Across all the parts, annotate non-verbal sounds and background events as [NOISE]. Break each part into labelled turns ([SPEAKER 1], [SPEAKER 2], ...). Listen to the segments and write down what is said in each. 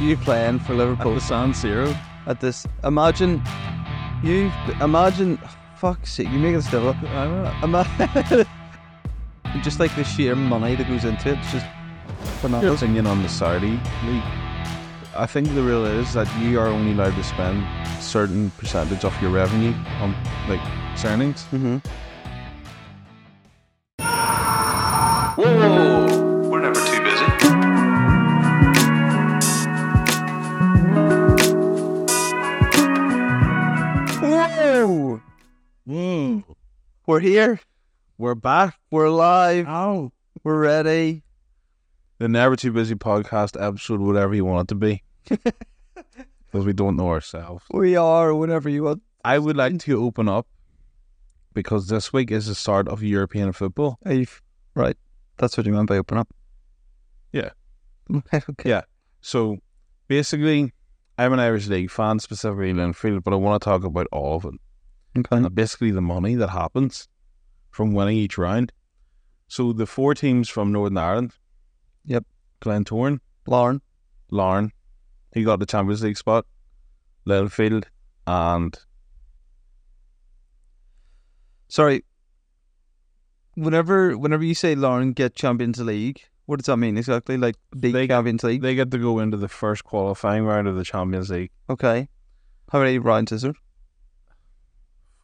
[SPEAKER 1] you playing for Liverpool
[SPEAKER 2] the San Siro.
[SPEAKER 1] at this. Imagine you. Imagine. Fuck sake, you make this stuff up.
[SPEAKER 2] I know.
[SPEAKER 1] Ima- [LAUGHS] just like the sheer money that goes into it. It's just
[SPEAKER 2] Your
[SPEAKER 1] phenomenal.
[SPEAKER 2] opinion on the Saudi league? I think the rule is that you are only allowed to spend certain percentage of your revenue on like earnings.
[SPEAKER 3] We're never too busy.
[SPEAKER 1] Whoa! We're here.
[SPEAKER 2] We're back.
[SPEAKER 1] We're
[SPEAKER 2] Ah.
[SPEAKER 1] live. We're ready.
[SPEAKER 2] The Never Too Busy podcast episode, whatever you want it to be, because we don't know ourselves.
[SPEAKER 1] We are whatever you want.
[SPEAKER 2] I would like to open up because this week is the start of European football.
[SPEAKER 1] Are you f- right? That's what you meant by open up.
[SPEAKER 2] Yeah.
[SPEAKER 1] Right, [LAUGHS] okay.
[SPEAKER 2] Yeah. So basically, I'm an Irish League fan, specifically Linfield, but I want to talk about all of it.
[SPEAKER 1] Okay.
[SPEAKER 2] and basically the money that happens from winning each round. So the four teams from Northern Ireland.
[SPEAKER 1] Yep.
[SPEAKER 2] Glentoran,
[SPEAKER 1] Lauren.
[SPEAKER 2] Larne, he got the Champions League spot, Littlefield, and
[SPEAKER 1] Sorry. Whenever whenever you say Lauren get Champions League, what does that mean exactly? Like the
[SPEAKER 2] They-
[SPEAKER 1] Champions League.
[SPEAKER 2] they get to go into the first qualifying round of the Champions League
[SPEAKER 1] okay. How many rounds is there?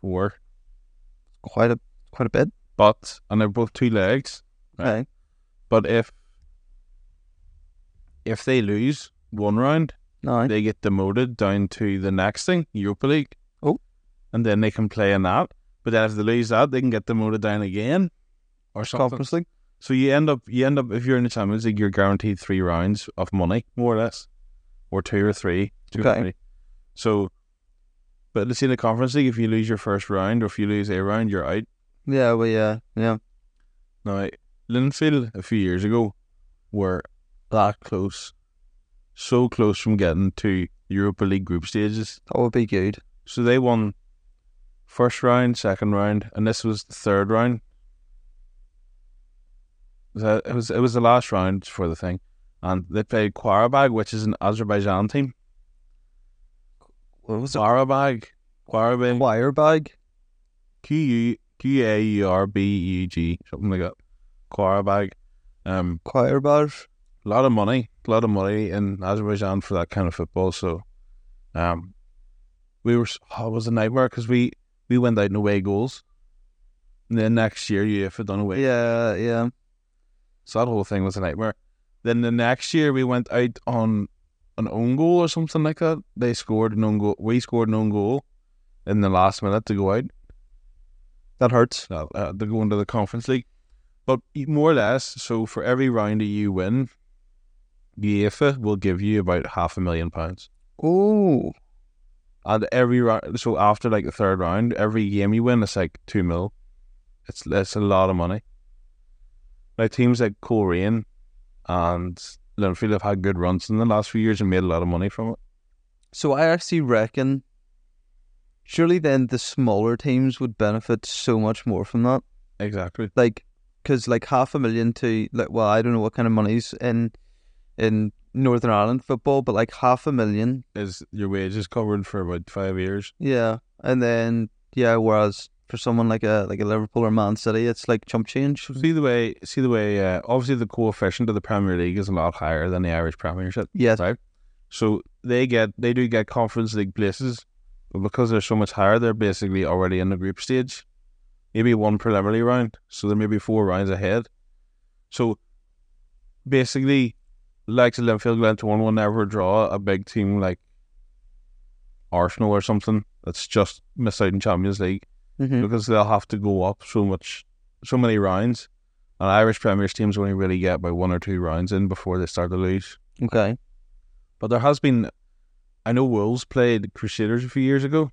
[SPEAKER 2] four.
[SPEAKER 1] Quite a quite a bit.
[SPEAKER 2] But and they're both two legs. Right.
[SPEAKER 1] Okay.
[SPEAKER 2] But if if they lose one round,
[SPEAKER 1] Nine.
[SPEAKER 2] they get demoted down to the next thing, Europa League.
[SPEAKER 1] Oh.
[SPEAKER 2] And then they can play in that. But then if they lose that, they can get demoted down again or something.
[SPEAKER 1] Conference League.
[SPEAKER 2] So you end up you end up if you're in the Champions League, you're guaranteed three rounds of money, more or less. Or two or three. Two or
[SPEAKER 1] Okay.
[SPEAKER 2] three. So but let's say in the conference league, if you lose your first round or if you lose a round, you're out.
[SPEAKER 1] Yeah, well yeah, yeah.
[SPEAKER 2] Now, Linfield a few years ago were that close, so close from getting to Europa League group stages.
[SPEAKER 1] That would be good.
[SPEAKER 2] So they won first round, second round, and this was the third round. So It was it was the last round for the thing, and they played Qarabag, which is an Azerbaijan team.
[SPEAKER 1] What was it?
[SPEAKER 2] Qarabag, Qarabag,
[SPEAKER 1] Wire bag.
[SPEAKER 2] Q U Q A U R B U G, something like that. Qarabag, um,
[SPEAKER 1] Choir badge.
[SPEAKER 2] a lot of money, a lot of money in Azerbaijan for that kind of football. So, um, we were oh, it was a nightmare because we we went out in away goals, and then next year UEFA done away.
[SPEAKER 1] Yeah, yeah.
[SPEAKER 2] So that whole thing was a nightmare. Then the next year we went out on an own goal or something like that. They scored an own goal. We scored an own goal in the last minute to go out.
[SPEAKER 1] That hurts.
[SPEAKER 2] Uh, uh, to go into the conference league, but more or less. So for every round that you win, UEFA will give you about half a million pounds.
[SPEAKER 1] Oh.
[SPEAKER 2] And every round, so after like the third round, every game you win, it's like two mil. It's that's a lot of money. Now teams like Korean and Linfield have had good runs in the last few years and made a lot of money from it.
[SPEAKER 1] So I actually reckon surely then the smaller teams would benefit so much more from that.
[SPEAKER 2] Exactly.
[SPEAKER 1] Like, because like half a million to, like, well, I don't know what kind of money's in in Northern Ireland football, but like half a million.
[SPEAKER 2] Is your wages covered for about five years?
[SPEAKER 1] Yeah. And then, yeah, whereas for someone like a like a Liverpool or Man City, it's like chump change.
[SPEAKER 2] See the way, see the way. Uh, obviously, the coefficient of the Premier League is a lot higher than the Irish Premiership.
[SPEAKER 1] Yes.
[SPEAKER 2] Right. So they get they do get Conference League places, but because they're so much higher, they're basically already in the group stage. Maybe one preliminary round, so they're maybe four rounds ahead. So basically, like Linfield Glentoran will never draw a big team like Arsenal or something that's just miss out in Champions League
[SPEAKER 1] hmm
[SPEAKER 2] Mm-hmm. because they'll have to go up so much, so many rounds. And Irish Premier teams only really get by one or two rounds in before they start to lose.
[SPEAKER 1] Okay.
[SPEAKER 2] But there has been, I know Wolves played Crusaders a few years ago.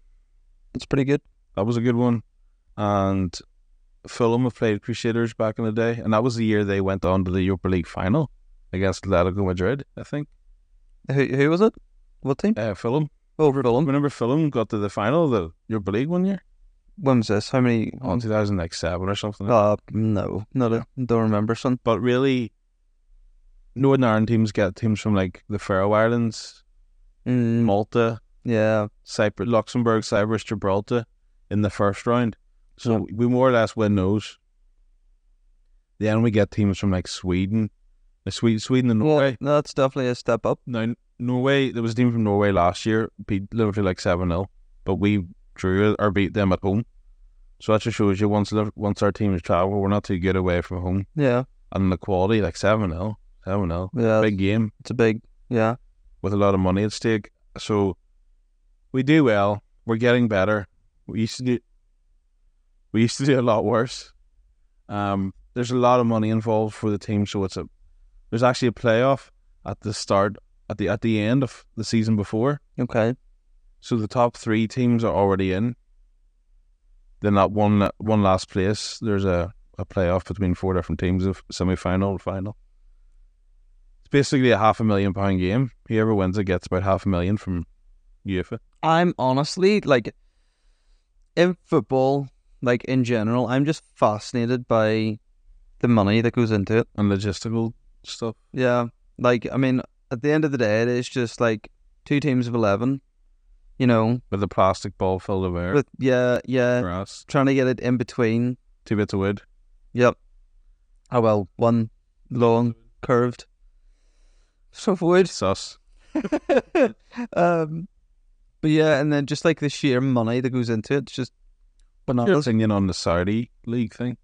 [SPEAKER 1] It's pretty good.
[SPEAKER 2] That was a good one. And Fulham have played Crusaders back in the day, and that was the year they went on to the Europa League final against Atletico Madrid, I think.
[SPEAKER 1] Who, who was it? What team?
[SPEAKER 2] Uh, Fulham.
[SPEAKER 1] Oh, Fulham.
[SPEAKER 2] Remember Fulham got to the final of the Europa League one year? Oh,
[SPEAKER 1] When was this? How many?
[SPEAKER 2] On 2007 or something.
[SPEAKER 1] Uh, no, no, I don't remember, son.
[SPEAKER 2] but really Northern Ireland teams get teams from like the Faroe Islands,
[SPEAKER 1] Mm,
[SPEAKER 2] Malta,
[SPEAKER 1] yeah.
[SPEAKER 2] Cyprus, Luxembourg, Cyprus, Gibraltar in the first round. So we more or less win those. Then we get teams from like Sweden, the Sweden, Sweden and
[SPEAKER 1] Well,
[SPEAKER 2] Norway.
[SPEAKER 1] no, that's definitely a step up.
[SPEAKER 2] Now Norway, there was a team from Norway last year beat Liverpool like seven 0 but we drew or beat them at home. So that just shows you once Liv- once our team is travel, we're not too good away from home,
[SPEAKER 1] Yeah.
[SPEAKER 2] and the quality like seven 0 seven 0
[SPEAKER 1] Yeah.
[SPEAKER 2] big game
[SPEAKER 1] It's a big. Yeah.
[SPEAKER 2] with a lot of money at stake. So we do well. We're getting better. We used to do we used to do a lot worse. Um, there's a lot of money involved for the team, so it's a there's actually a playoff at the start at the at the end of the season before.
[SPEAKER 1] Okay.
[SPEAKER 2] So the top three teams are already in. Then that one one last place, there's a, a playoff between four different teams of semi final and final. It's basically a half a million pound game. Whoever wins it gets about half a million from UEFA.
[SPEAKER 1] I'm honestly like in football, like in general, I'm just fascinated by the money that goes into it.
[SPEAKER 2] And logistical stuff.
[SPEAKER 1] Yeah. Like, I mean, at the end of the day, it's just like two teams of 11, you know,
[SPEAKER 2] With a plastic ball filled with air,
[SPEAKER 1] with, yeah, yeah,
[SPEAKER 2] grass,
[SPEAKER 1] trying to get it in between.
[SPEAKER 2] two bits of wood.
[SPEAKER 1] Yep. Oh, well, one long, curved. So
[SPEAKER 2] [LAUGHS]
[SPEAKER 1] wood.
[SPEAKER 2] Sus.
[SPEAKER 1] um, but yeah, and then just like the sheer money that goes into it, it's just
[SPEAKER 2] Your
[SPEAKER 1] bananas.
[SPEAKER 2] opinion on the Saudi league thing?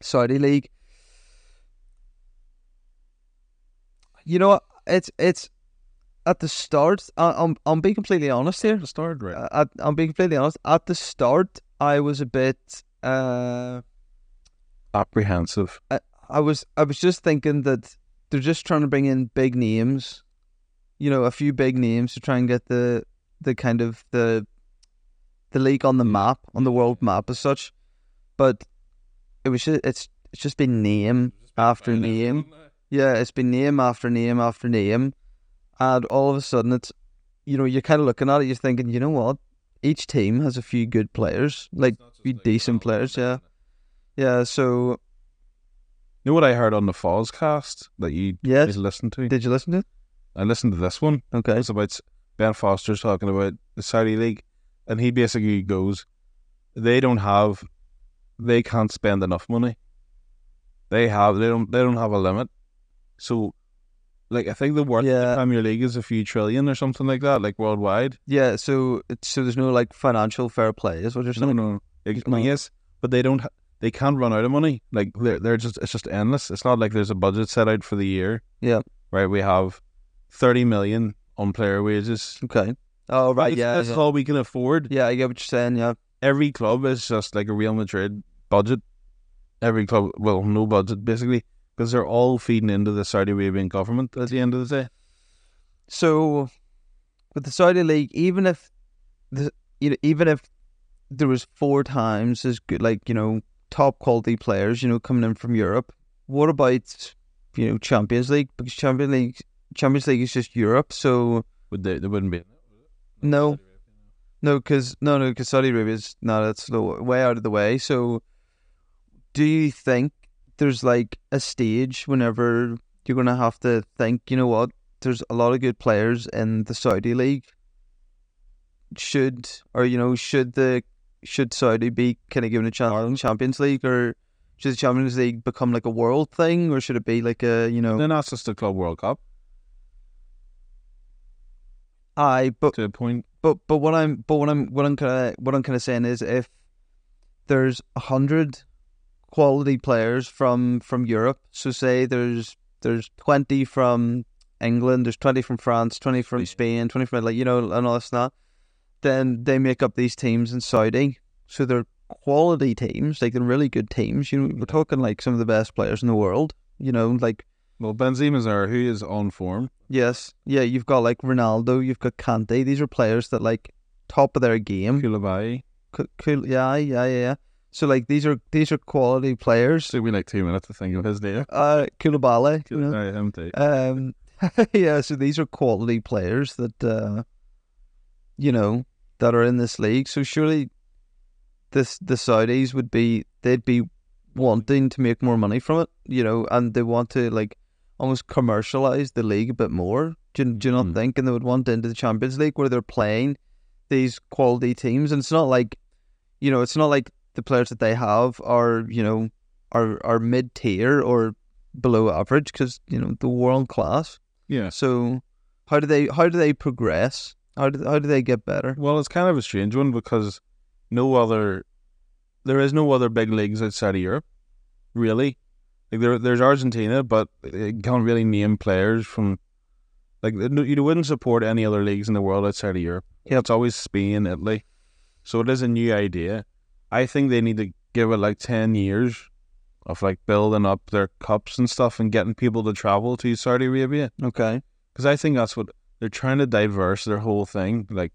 [SPEAKER 1] Saudi league. You know what? It's it's at the start. I, I'm I'm being completely honest here.
[SPEAKER 2] The start, right?
[SPEAKER 1] I, I'm being completely honest. At the start, I was a bit. Uh,
[SPEAKER 2] Apprehensive.
[SPEAKER 1] I was I was just thinking that they're just trying to bring in big names, you know, a few big names to try and get the the kind of the the league on the map, on the world map as such. But it was just, it's it's just been name after name. Yeah, it's been name after name after name. And all of a sudden it's you know, you're kinda looking at it, you're thinking, you know what? Each team has a few good players. Like few decent players, yeah. yeah, so
[SPEAKER 2] You know what I heard on the Fozcast that you
[SPEAKER 1] yes.
[SPEAKER 2] listen to.
[SPEAKER 1] Did you listen to it?
[SPEAKER 2] I listened to this one.
[SPEAKER 1] Okay.
[SPEAKER 2] It's about Ben Foster's talking about the Saudi League, and he basically goes, "They don't have, they can't spend enough money. They have, they don't, they don't have a limit. So, like, I think the worth of
[SPEAKER 1] Yeah.
[SPEAKER 2] the Premier League is a few trillion or something like that, like worldwide.
[SPEAKER 1] Yeah, so it's, so there's no like financial fair play, is what you're
[SPEAKER 2] No,
[SPEAKER 1] saying?
[SPEAKER 2] no, like,
[SPEAKER 1] not.
[SPEAKER 2] yes, but they don't, ha- they can't run out of money. Like, they're, they're just, it's just endless. It's not like there's a budget set out for the year.
[SPEAKER 1] Yeah.
[SPEAKER 2] right. We have thirty million on player wages.
[SPEAKER 1] Okay. Oh right,
[SPEAKER 2] It's-
[SPEAKER 1] yeah,
[SPEAKER 2] that's
[SPEAKER 1] yeah.
[SPEAKER 2] all we can afford.
[SPEAKER 1] yeah, I get what you're saying. Yeah,
[SPEAKER 2] Every club is just like a Real Madrid budget. Every club, well, no budget basically, because they're all feeding into the Saudi Arabian government at the end of the day.
[SPEAKER 1] So, with the Saudi league, even if the you know even if there was four times as good, like you know, top quality players, you know, coming in from Europe, what about you know Champions League? Because Champions League, Champions League is just Europe, so
[SPEAKER 2] Would they? They wouldn't be.
[SPEAKER 1] no, no, because no, no, because Saudi Arabia is no, that's the w- way out of the way. So, do you think there's like a stage whenever you're gonna have to think? You know what? There's a lot of good players in the Saudi league. Should or you know should the should Saudi be kind of given a chance in Champions League or should the Champions League become like a world thing or should it be like a you know
[SPEAKER 2] Then that's just the Club World Cup
[SPEAKER 1] I but
[SPEAKER 2] to a point.
[SPEAKER 1] but but what I'm but what I'm what I'm kind of what I'm kind of saying is if there's a hundred quality players from from Europe, so say there's there's twenty from England, there's twenty from France, twenty from Spain, twenty from like you know and all this and that, then they make up these teams in Saudi, so they're quality teams, like they're really good teams. You know, we're talking like some of the best players in the world. You know, like
[SPEAKER 2] Well, Benzema's there, who is on form.
[SPEAKER 1] yes, yeah, you've got like Ronaldo, you've got Kante. These are players that like top of their game.
[SPEAKER 2] Koulibaly.
[SPEAKER 1] Co- cool. Yeah, yeah, yeah, yeah. So like these are these are quality players.
[SPEAKER 2] Took me like two minutes to think of his name.
[SPEAKER 1] Uh, Koulibaly. you know.
[SPEAKER 2] Sorry, him too.
[SPEAKER 1] Um, [LAUGHS] yeah. So these are quality players that uh, you know that are in this league. So surely, this the Saudis would be they'd be wanting to make more money from it. You know, and they want to like almost commercialize the league a bit more. Do you, do you not
[SPEAKER 2] Hmm.
[SPEAKER 1] think? And they would want into the Champions League where they're playing these quality teams, and it's not like, you know, it's not like the players that they have are you know are are mid tier or below average because you know the world class.
[SPEAKER 2] Yeah.
[SPEAKER 1] So how do they how do they progress? How do how do they get better?
[SPEAKER 2] Well, it's kind of a strange one because no other, there is no other big leagues outside of Europe, really. Like there, there's Argentina, but you can't really name players from, like no- you wouldn't support any other leagues in the world outside of Europe.
[SPEAKER 1] Yep.
[SPEAKER 2] It's always Spain, Italy. So it is a new idea. I think they need to give it like ten years of like building up their cups and stuff and getting people to travel to Saudi Arabia
[SPEAKER 1] Okay.
[SPEAKER 2] because I think that's what they're trying to diverse their whole thing. Like,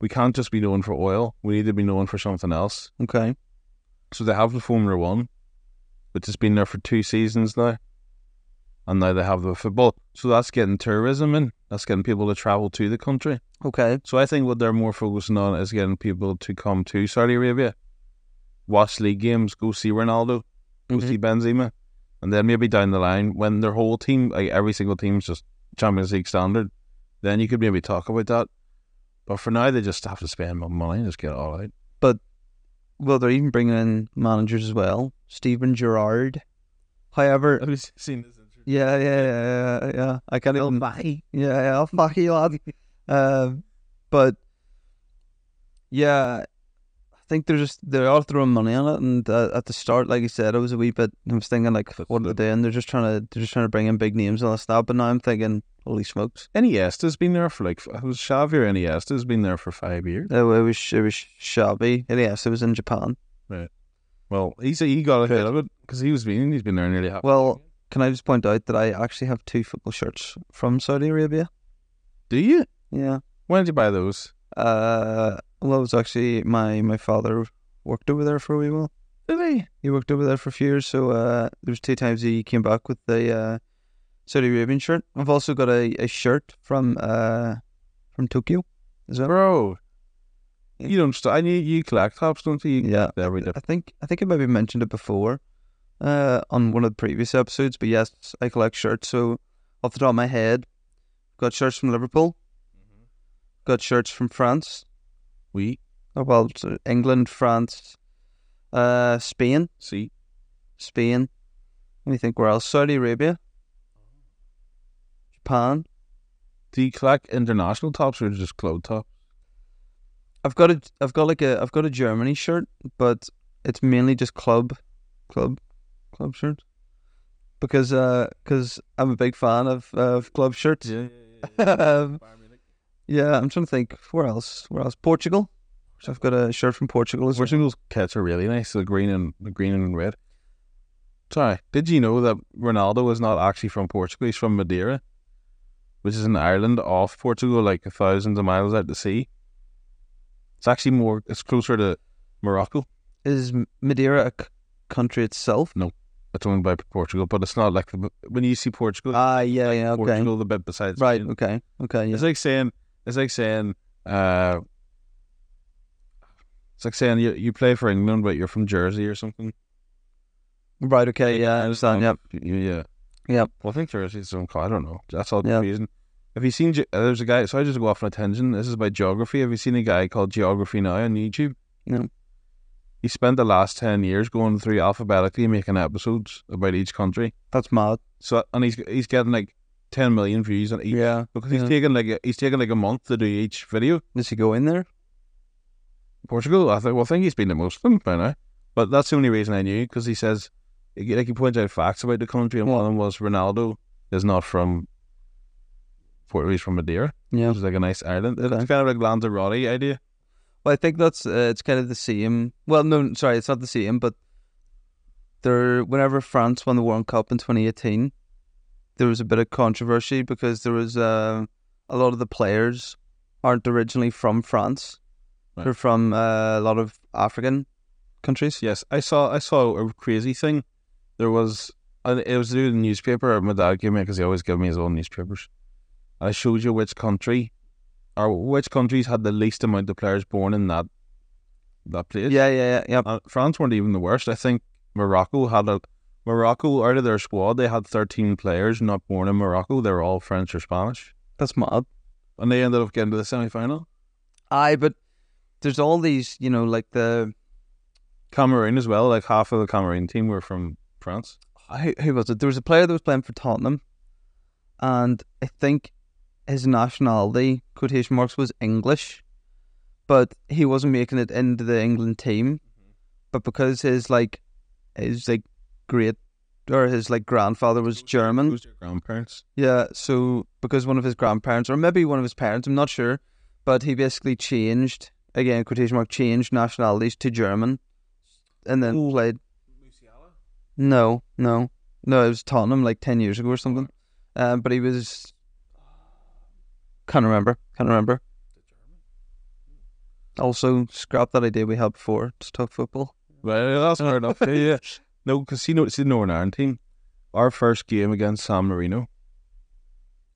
[SPEAKER 2] we can't just be known for oil. We need to be known for something else.
[SPEAKER 1] Okay.
[SPEAKER 2] So they have the Formula One, which has been there for two seasons now, and now they have the football. So that's getting tourism in. That's getting people to travel to the country.
[SPEAKER 1] Okay.
[SPEAKER 2] So I think what they're more focusing on is getting people to come to Saudi Arabia, watch league games, go see Ronaldo, go
[SPEAKER 1] Mhm.
[SPEAKER 2] see Benzema, and then maybe down the line when their whole team, like every single team's just Champions League standard, then you could maybe talk about that. But for now, they just have to spend more money and just get it all out.
[SPEAKER 1] Well, they're even bringing in managers as well, Steven Gerrard. However,
[SPEAKER 2] Have you seen this?
[SPEAKER 1] yeah, yeah, yeah, yeah, yeah. I can't even. Yeah, yeah, I'll fuck you, lad. Um, but yeah, I think they're just they are throwing money on it, and uh, at the start, like you said, I was a wee bit. I was thinking like,
[SPEAKER 2] That's
[SPEAKER 1] what are they
[SPEAKER 2] it.
[SPEAKER 1] doing? They're just trying to they're just trying to bring in big names and all that stuff. But now I'm thinking, holy smokes,
[SPEAKER 2] Iniesta's been there for like f- was Xavi or Iniesta's been there for five years.
[SPEAKER 1] it, it was it was shabby. And yes, it was in Japan.
[SPEAKER 2] Well, he's he got ahead of it because he was been he's been there nearly half.
[SPEAKER 1] Well, can I just point out that I actually have two football shirts from Saudi Arabia?
[SPEAKER 2] do you?
[SPEAKER 1] Yeah.
[SPEAKER 2] When did you buy those?
[SPEAKER 1] Uh, well, it was actually my my father worked over there for a wee while.
[SPEAKER 2] Did he?
[SPEAKER 1] He worked over there for a few years, so uh, there was two times he came back with the uh, Saudi Arabian shirt. I've also got a, a shirt from uh, from Tokyo as well.
[SPEAKER 2] Bro, you don't. St- I knew you collect tops, don't you? You-
[SPEAKER 1] Yeah,
[SPEAKER 2] There we go.
[SPEAKER 1] I think I think I maybe mentioned it before, uh, on one of the previous episodes. But yes, I collect shirts. So off the top of my head, got shirts from Liverpool,
[SPEAKER 2] Mm-hmm.
[SPEAKER 1] got shirts from France,
[SPEAKER 2] We
[SPEAKER 1] oh, well, so England, France, uh, Spain,
[SPEAKER 2] see.
[SPEAKER 1] Spain. Let me think where else? Saudi Arabia, Japan.
[SPEAKER 2] Do you collect international tops or just clothes tops?
[SPEAKER 1] I've got a, I've got like a, I've got a Germany shirt, but it's mainly just club, club, club shirt, because uh, because I'm a big fan of of club shirts.
[SPEAKER 2] Yeah. [LAUGHS]
[SPEAKER 1] um, yeah, I'm trying to think where else, where else? Portugal. So I've got a shirt from Portugal as well.
[SPEAKER 2] Portugal's kits are really nice. The green and the green and red. Sorry, did you know that Ronaldo is not actually from Portugal? He's from Madeira, which is an island off Portugal, like thousands of miles out to sea. It's actually more. It's closer to Morocco.
[SPEAKER 1] Is Madeira a c- country itself?
[SPEAKER 2] It's owned by Portugal, but it's not like the, when you see Portugal.
[SPEAKER 1] Ah, yeah, yeah, okay,
[SPEAKER 2] Portugal, the bit besides
[SPEAKER 1] right,
[SPEAKER 2] Spain.
[SPEAKER 1] okay, okay, yeah.
[SPEAKER 2] It's like saying it's like saying uh, it's like saying you you play for England but you're from Jersey or something.
[SPEAKER 1] right, okay, yeah, I understand. Yep,
[SPEAKER 2] Yeah.
[SPEAKER 1] Yep.
[SPEAKER 2] Well, I think Jersey's some I don't know. That's all
[SPEAKER 1] Yeah.
[SPEAKER 2] confusing. Have you seen? ge- Uh, there's a guy. So I just go off on a tangent. This is about geography. Have you seen a guy called Geography Now on YouTube?
[SPEAKER 1] No.
[SPEAKER 2] He spent the last ten years going through alphabetically making episodes about each country.
[SPEAKER 1] that's mad.
[SPEAKER 2] So and he's he's getting like ten million views on each
[SPEAKER 1] Yeah,
[SPEAKER 2] because he's
[SPEAKER 1] yeah.
[SPEAKER 2] taking like a, he's taking like a month to do each video.
[SPEAKER 1] does he go in there?
[SPEAKER 2] Portugal. I think. Well, I think he's been to most of them by now. But that's the only reason I knew because he says, like, he points out facts about the country, and one of them was Ronaldo is not from Puerto. He's from Madeira,
[SPEAKER 1] Yeah.
[SPEAKER 2] which is like a nice island. It's
[SPEAKER 1] Okay.
[SPEAKER 2] kind of like Lanzarote idea.
[SPEAKER 1] Well, I think that's uh, it's kind of the same. Well, no, sorry, it's not the same, but there. Whenever France won the World Cup in 2018, there was a bit of controversy because there was uh, a lot of the players aren't originally from France.
[SPEAKER 2] Right.
[SPEAKER 1] They're from uh, a lot of African countries.
[SPEAKER 2] Yes, I saw. I saw a crazy thing. There was. and It was through the newspaper. My dad gave me because he always gave me his own newspapers. I showed you which country, or which countries had the least amount of players born in that that place.
[SPEAKER 1] Yeah, yeah, yeah. yeah.
[SPEAKER 2] Uh, France weren't even the worst. I think Morocco had a, Morocco, out of their squad, they had 13 players not born in Morocco. They were all French or Spanish.
[SPEAKER 1] That's mad.
[SPEAKER 2] And they ended up getting to the semi final.
[SPEAKER 1] Aye, but there's all these, you know, like the
[SPEAKER 2] Cameroon as well, like half of the Cameroon team were from France.
[SPEAKER 1] who, who was it? There was a player that was playing for Tottenham, and I think his nationality quotation marks was English, but he wasn't making it into the England team. But because his like his like great or his like grandfather was German,
[SPEAKER 2] Who's their grandparents?
[SPEAKER 1] Yeah, so because one of his grandparents, or maybe one of his parents, I'm not sure, but he basically changed again quotation mark changed nationalities to German, and then played. No, no, no. It was Tottenham like ten years ago or something. Um, but he was. Can't remember. Can't remember. Also, scrap that idea we had before. Just talk football.
[SPEAKER 2] Well, that's fair enough. Yeah, yeah. No, because you know, it's the Northern Ireland team. Our first game against San Marino,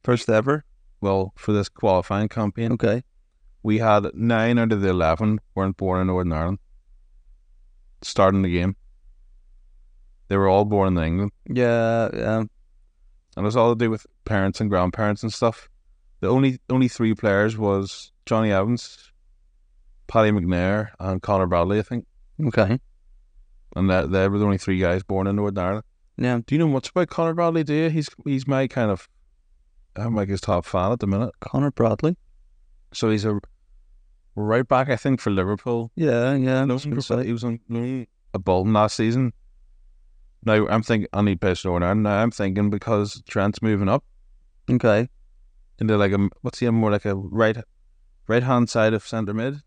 [SPEAKER 1] First ever.
[SPEAKER 2] well, for this qualifying campaign,
[SPEAKER 1] Okay.
[SPEAKER 2] we had nine out of the 11 weren't born in Northern Ireland starting the game. They were all born in England.
[SPEAKER 1] Yeah. um, Yeah.
[SPEAKER 2] and it was all to do with parents and grandparents and stuff. The only only three players was Johnny Evans, Paddy McNair, and Connor Bradley, I think,
[SPEAKER 1] Okay.
[SPEAKER 2] and that they were the only three guys born in Northern Ireland.
[SPEAKER 1] Yeah.
[SPEAKER 2] Do you know much about Connor Bradley? Do you? He's he's my kind of I'm like his top fan at the minute.
[SPEAKER 1] Connor Bradley.
[SPEAKER 2] So he's a right back, I think, for Liverpool.
[SPEAKER 1] Yeah. Yeah.
[SPEAKER 2] No,
[SPEAKER 1] that's
[SPEAKER 2] he
[SPEAKER 1] good
[SPEAKER 2] was
[SPEAKER 1] sight.
[SPEAKER 2] on- he was on loan at Bolton last season. Now I'm thinking, and he plays for Northern Ireland. Now I'm thinking because Trent's moving up.
[SPEAKER 1] Okay.
[SPEAKER 2] into like a what's he more like a right right hand side of centre mid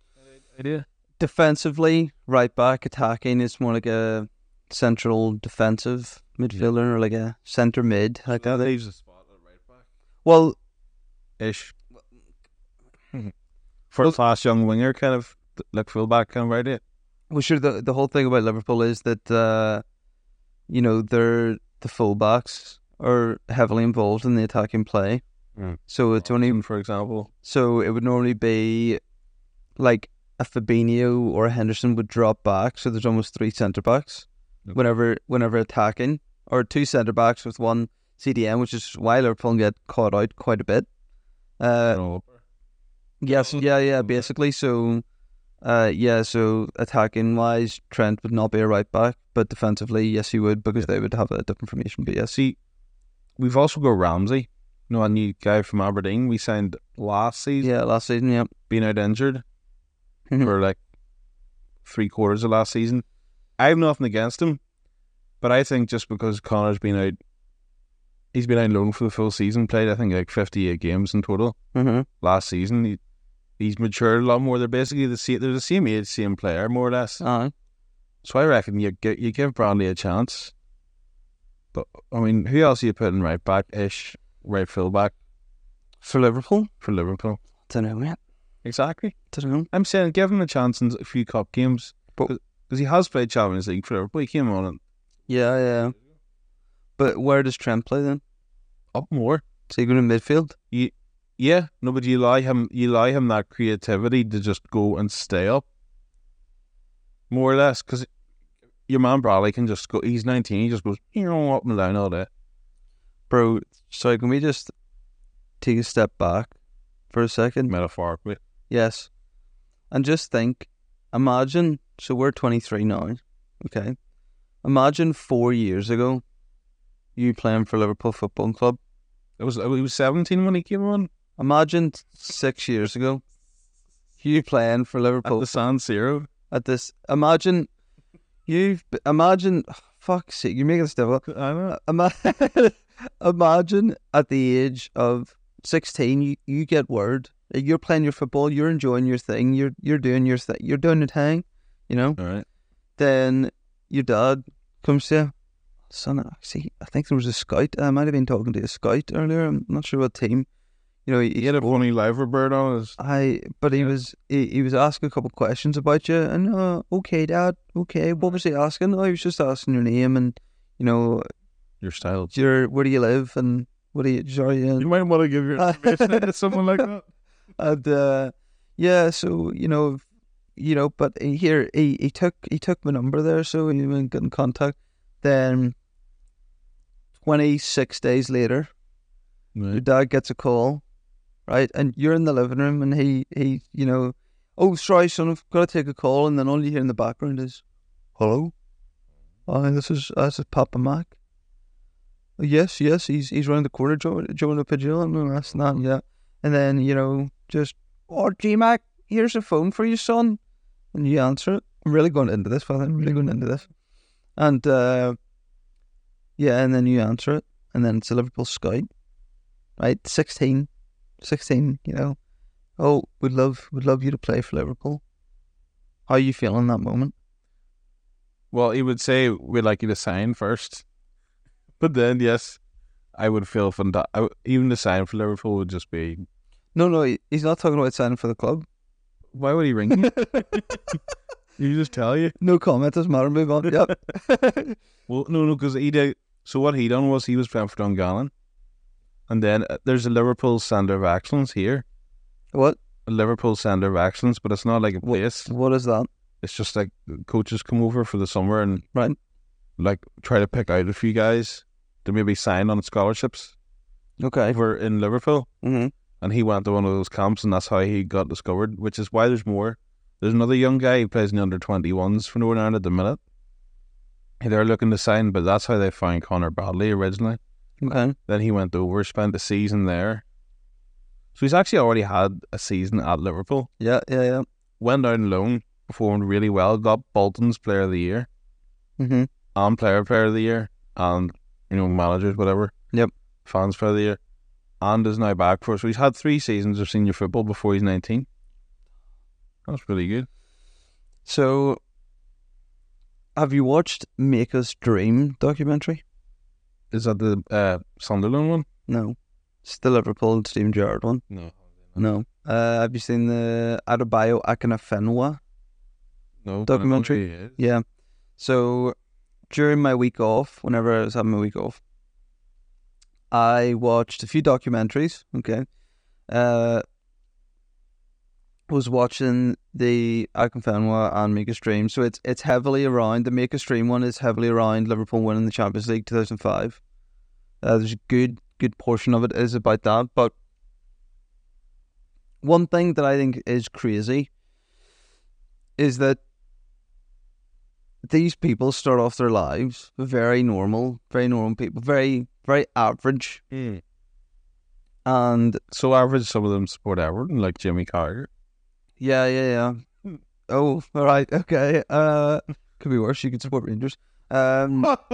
[SPEAKER 2] idea.
[SPEAKER 1] defensively, right back, attacking is more like a central defensive midfielder or like a centre mid. Like that.
[SPEAKER 2] leaves a spot at right back
[SPEAKER 1] Well,
[SPEAKER 2] ish. For a class young winger, kind of like fullback kind of idea.
[SPEAKER 1] well, sure. The the whole thing about Liverpool is that uh, you know they're the fullbacks are heavily involved in the attacking play,
[SPEAKER 2] Mm.
[SPEAKER 1] so it's only
[SPEAKER 2] for example,
[SPEAKER 1] so it would normally be like a Fabinho or a Henderson would drop back, so there's almost three centre backs
[SPEAKER 2] Yep.
[SPEAKER 1] whenever whenever attacking, or two centre backs with one CDM, which is why Liverpool get caught out quite a bit. Uh,
[SPEAKER 2] you know,
[SPEAKER 1] Yes, yeah, yeah, basically. So, uh, yeah, so attacking wise, Trent would not be a right back, but defensively, yes, he would because they would have a different formation. But yes,
[SPEAKER 2] see, we've also got Ramsey, you know, a new guy from Aberdeen. We signed last season,
[SPEAKER 1] yeah, last season, yeah,
[SPEAKER 2] been out injured
[SPEAKER 1] Mhm.
[SPEAKER 2] for like three quarters of last season. I have nothing against him, but I think just because Connor's been out, he's been out on loan for the full season, played I think like 58 games in total
[SPEAKER 1] mm-hmm.
[SPEAKER 2] last season. He, he's matured a lot more. They're basically the same, they're the same age, same player, more or less.
[SPEAKER 1] uh,
[SPEAKER 2] So I reckon you gi- you give Bradley a chance. But I mean, who else are you putting right back ish, right full back
[SPEAKER 1] for Liverpool,
[SPEAKER 2] for Liverpool?
[SPEAKER 1] don't know, man,
[SPEAKER 2] Exactly.
[SPEAKER 1] don't know.
[SPEAKER 2] I'm saying give him a chance in a few cup games,
[SPEAKER 1] But-
[SPEAKER 2] because he has played Champions League for Liverpool. He came on and
[SPEAKER 1] Yeah, yeah. But where does Trent play then?
[SPEAKER 2] up more.
[SPEAKER 1] So you go to midfield?
[SPEAKER 2] Yeah, no, but you allow him, you allow him that creativity to just go and stay up, more or less, because your man Bradley can just go. He's 19. He just goes you know up and down all day.
[SPEAKER 1] Bro, so can we just take a step back for a second?
[SPEAKER 2] Metaphorically,
[SPEAKER 1] Yes. And just think, imagine, so we're 23 now, okay? Imagine four years ago, you playing for Liverpool Football Club.
[SPEAKER 2] it was he was 17 when he came on
[SPEAKER 1] Imagine six years ago, you playing for
[SPEAKER 2] at
[SPEAKER 1] Liverpool
[SPEAKER 2] the San Siro.
[SPEAKER 1] at this. Imagine you've, imagine, fuck's sake, you're making this difficult.
[SPEAKER 2] I don't know.
[SPEAKER 1] Ima- [LAUGHS] Imagine at the age of 16, you, you get word. Like, You're playing your football, you're enjoying your thing, you're you're doing your thing, you're doing your thing, you know?
[SPEAKER 2] All right,
[SPEAKER 1] Then your dad comes to you. Son, I see, I think there was a scout. I might have been talking to a scout earlier. I'm not sure what team. You know, he,
[SPEAKER 2] he had a funny liver bird on his.
[SPEAKER 1] I but he was he, he was asking a couple of questions about you and uh, okay dad okay what was he asking oh he was just asking your name and you know
[SPEAKER 2] Your style.
[SPEAKER 1] your where do you live and what do you sorry
[SPEAKER 2] You
[SPEAKER 1] and,
[SPEAKER 2] might want to give your information to someone like that.
[SPEAKER 1] and uh, yeah so you know you know but he- here he, he took he took my number there so he went and got in contact then 26 days later, your
[SPEAKER 2] Right.
[SPEAKER 1] dad gets a call, right? And you're in the living room, and he, he you know, oh, sorry, son, I've got to take a call. And then all you hear in the background is, hello? Hi, this is, this is Papa Mac. "Oh, Yes, yes, he's he's round the corner, Joe, Joe in a pigeon, and that's not, yeah. And then, you know, just, oh, G Mac, here's a phone for you, son. And you answer it. I'm really going into this, fella. I'm really going into this. And, uh, yeah, and then you answer it. And then it's a Liverpool scout right? 16, 16, you know. Oh, would love, would love you to play for Liverpool. How are you feeling in that moment?
[SPEAKER 2] [LAUGHS] Well, he would say we'd like you to sign first, but then yes, I would feel fantastic. Even the sign for Liverpool would just be
[SPEAKER 1] No, no, he- he's not talking about signing for the club.
[SPEAKER 2] why would he ring you? he just tell [LAUGHS] you.
[SPEAKER 1] No comment, doesn't matter. Move on. Yep.
[SPEAKER 2] Well, no, no, because he did. So what he done was he was playing for Dungannon, and then uh, there's a Liverpool Centre of Excellence here,
[SPEAKER 1] what?
[SPEAKER 2] a Liverpool Centre of Excellence, but it's not like a place.
[SPEAKER 1] What is that?
[SPEAKER 2] It's just like coaches come over for the summer and
[SPEAKER 1] Right.
[SPEAKER 2] like try to pick out a few guys to maybe sign on scholarships
[SPEAKER 1] Okay.
[SPEAKER 2] over in Liverpool.
[SPEAKER 1] Mm-hmm.
[SPEAKER 2] and he went to one of those camps, and that's how he got discovered. Which is why there's more. There's another young guy who plays in the under twenty ones for Northern Ireland at the minute. And They're looking to sign, but that's how they found Connor Bradley originally.
[SPEAKER 1] Okay.
[SPEAKER 2] Then he went over, spent a season there. So he's actually already had a season at Liverpool.
[SPEAKER 1] Yeah, yeah, yeah.
[SPEAKER 2] Went down loan, performed really well, got Bolton's Player of the Year
[SPEAKER 1] Mm-hmm.
[SPEAKER 2] and um, Player Player of the Year and you know managers whatever.
[SPEAKER 1] Yep.
[SPEAKER 2] Fans Player of the Year, and is now back for so he's had three seasons of senior football before he's nineteen. That's really good.
[SPEAKER 1] So, have you watched Maker's Dream documentary?
[SPEAKER 2] Is that the uh, Sunderland one?
[SPEAKER 1] No. It's the Liverpool and Steven Gerrard one.
[SPEAKER 2] No,
[SPEAKER 1] No. Uh, have you seen the Adebayo Akinafenwa
[SPEAKER 2] no
[SPEAKER 1] Documentary. Yeah. So during my week off, whenever I was having my week off, I watched a few documentaries. Okay. Uh, was watching the Akinfenwa and Make a Stream. So it's it's heavily around the Make a Stream one is heavily around Liverpool winning the Champions League two thousand five. Uh, there's a good good portion of it is about that. But one thing that I think is crazy is that these people start off their lives very normal, very normal people, very very average, and
[SPEAKER 2] Hmm. So average, some of them support Everton, like Jimmy Carter.
[SPEAKER 1] yeah, yeah, yeah. Oh, all right, okay. Uh, could be worse. You could support Rangers.
[SPEAKER 2] [LAUGHS]
[SPEAKER 1] Um, [LAUGHS]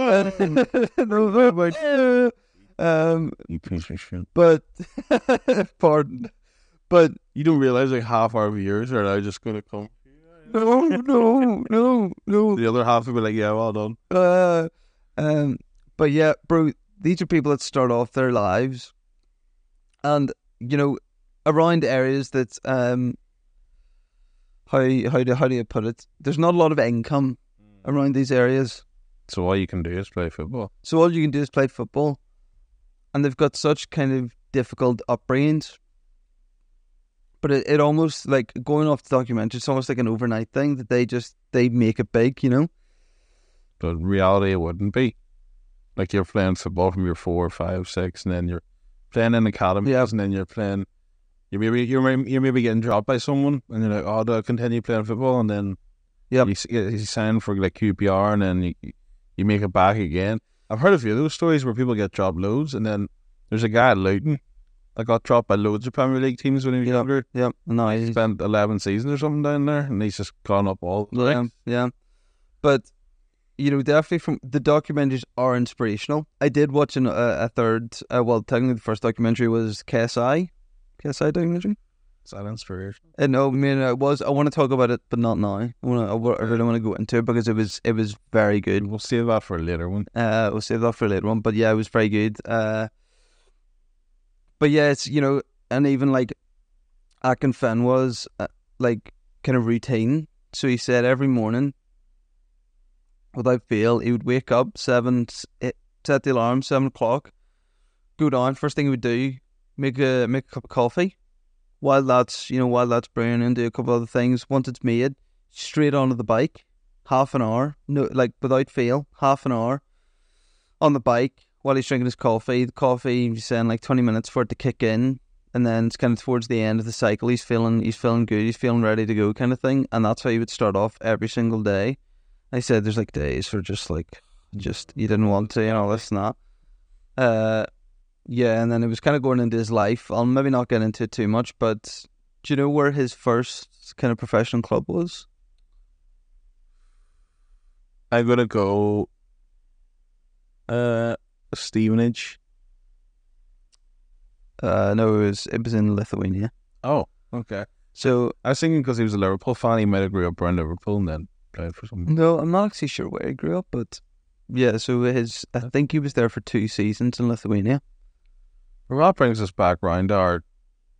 [SPEAKER 1] um,
[SPEAKER 2] [LAUGHS] you piece of shit.
[SPEAKER 1] but [LAUGHS] pardon, but
[SPEAKER 2] You don't realize like half our viewers are now just going to come.
[SPEAKER 1] no, no, no, no.
[SPEAKER 2] The other half will be like, "Yeah, well done."
[SPEAKER 1] Uh, um, but yeah, bro, these are people that start off their lives, and you know, around areas that um, how how do how do you put it? There's not a lot of income
[SPEAKER 2] Hmm.
[SPEAKER 1] around these areas,
[SPEAKER 2] So all you can do is play football.
[SPEAKER 1] so all you can do is play football, and they've got such kind of difficult upbringings. But it, it almost like going off the documentary, it's almost like an overnight thing that they just they make it big, you know.
[SPEAKER 2] But in reality, it wouldn't be. Like you're playing football from your four, five, six, and then you're playing in academies,
[SPEAKER 1] Yeah.
[SPEAKER 2] and then you're playing. You're maybe you're may- you're maybe getting dropped by someone, and you're like, "Oh, do I continue playing football?" And then,
[SPEAKER 1] Yep.
[SPEAKER 2] you, s- you you sign for like QPR, and then you you make it back again. I've heard a few of those stories where people get dropped loads, and then there's a guy at Luton that got dropped by loads of Premier League teams when he was
[SPEAKER 1] Yep.
[SPEAKER 2] younger.
[SPEAKER 1] Yeah, no,
[SPEAKER 2] He
[SPEAKER 1] he's-
[SPEAKER 2] spent eleven seasons or something down there, and he's just gone up all. the
[SPEAKER 1] Yeah,
[SPEAKER 2] ranks.
[SPEAKER 1] yeah. But you know, definitely from the documentaries are inspirational. I did watch an, uh, a third. Uh, well, technically, the first documentary was KSI, KSI documentary.
[SPEAKER 2] Is that inspirational?
[SPEAKER 1] And no, I mean, it was. I want to talk about it, but not now. I want. I, wa- I really want to go into it because it was. It was very good.
[SPEAKER 2] We'll save that for a later one.
[SPEAKER 1] Uh, we'll save that for a later one. But yeah, it was very good. Uh, but yeah, it's you know, and even like Akin Fenn was uh, like kind of routine. So he said every morning, without fail, he would wake up seven, s- eh, set the alarm seven o'clock, go down. First thing he would do, make a make a cup of coffee. While that's you know while that's brewing and do a couple other things. Once it's made, straight onto the bike, half an hour, no like without fail, half an hour on the bike, while he's drinking his coffee. The coffee, he's saying like twenty minutes for it to kick in, and then it's kind of towards the end of the cycle. He's feeling he's feeling good. He's feeling ready to go, kind of thing. And that's how he would start off every single day. I said there's like days where just like just you didn't want to, you know, this and that. Uh, yeah, and then it was kind of going into his life. I'll maybe not get into it too much, but do you know where his first kind of professional club was?
[SPEAKER 2] I'm gonna go. Uh, Stevenage.
[SPEAKER 1] Uh, no, it was it was in Lithuania.
[SPEAKER 2] Oh, okay.
[SPEAKER 1] So
[SPEAKER 2] I was thinking because he was a Liverpool fan, he might have grew up around Liverpool and then played for something.
[SPEAKER 1] no, I'm not actually sure where he grew up, but yeah. So his I think he was there for two seasons in Lithuania.
[SPEAKER 2] Well, that brings us back round to our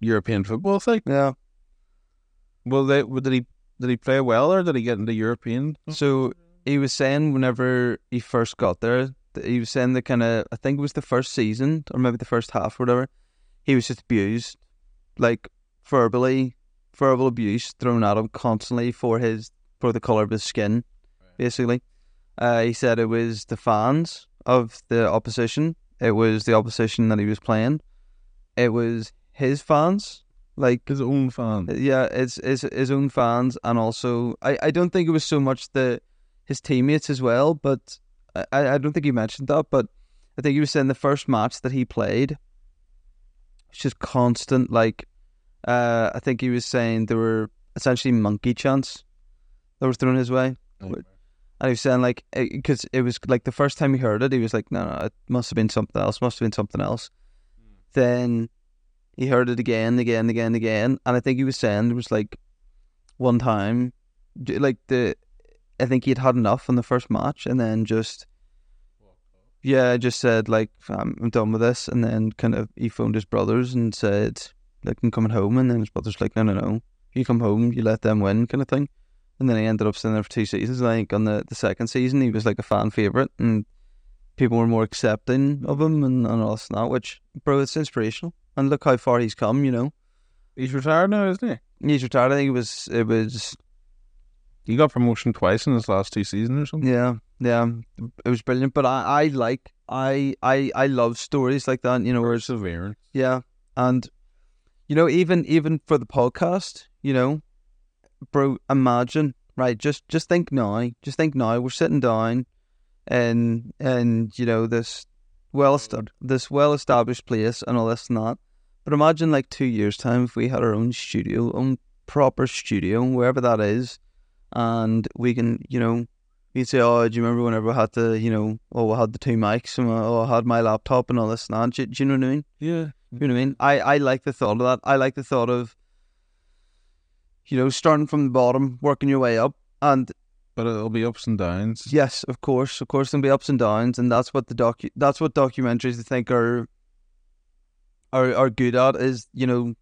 [SPEAKER 2] European football thing.
[SPEAKER 1] Yeah.
[SPEAKER 2] Well, they well, did he did he play well or did he get into European?
[SPEAKER 1] So he was saying whenever he first got there, that he was saying the kind of I think it was the first season or maybe the first half or whatever, he was just abused, like verbally, verbal abuse thrown at him constantly for his for the color of his skin, basically. Uh, he said it was the fans of the opposition. It was the opposition that he was playing. It was his fans, like
[SPEAKER 2] His own fan.
[SPEAKER 1] yeah, it's his his own fans, and also I, I don't think it was so much the his teammates as well, but I, I don't think he mentioned that. But I think he was saying the first match that he played, it's just constant. Like uh, I think he was saying there were essentially monkey chants that were thrown his way.
[SPEAKER 2] Nightmare.
[SPEAKER 1] And he was saying like because it was like the first time he heard it, he was like, no, no, it must have been something else. Must have been something else. Then he heard it again, again, again, again, and I think he was saying there was like one time, j- like the, I think he had had enough on the first match, and then just, yeah, just said like I'm, I'm done with this, and then kind of he phoned his brothers and said like I'm coming home, and then his brothers like no, no, no, you come home, you let them win, kind of thing, and then he ended up sitting there for two seasons. And I think on the the second season he was like a fan favorite, and people were more accepting of him and, and all this and that, which bro, it's inspirational. And look how far he's come, you know.
[SPEAKER 2] He's retired now, isn't he?
[SPEAKER 1] He's retired. I think it was it was
[SPEAKER 2] He got promotion twice in his last two seasons or something.
[SPEAKER 1] yeah yeah it was brilliant. But I I like I I I love stories like that. You know where it's
[SPEAKER 2] Perseverance.
[SPEAKER 1] Yeah, and you know, even even for the podcast, you know, bro, imagine right. Just just think now. Just think now. We're sitting down, and and you know this well estab- this well established place and all this and that. But imagine like two years time if we had our own studio, own proper studio, wherever that is, and we can you know. You say, oh, do you remember whenever I had to, you know, oh, I had the two mics and oh, I had my laptop and all this and that. Do, do you know what I mean?
[SPEAKER 2] Yeah.
[SPEAKER 1] You know what I mean? I, I like the thought of that. I like the thought of, you know, starting from the bottom, working your way up. And
[SPEAKER 2] But it'll be ups and downs.
[SPEAKER 1] yes, of course, of course, there'll be ups and downs, and that's what the docu that's what documentaries I think are are are good at is you know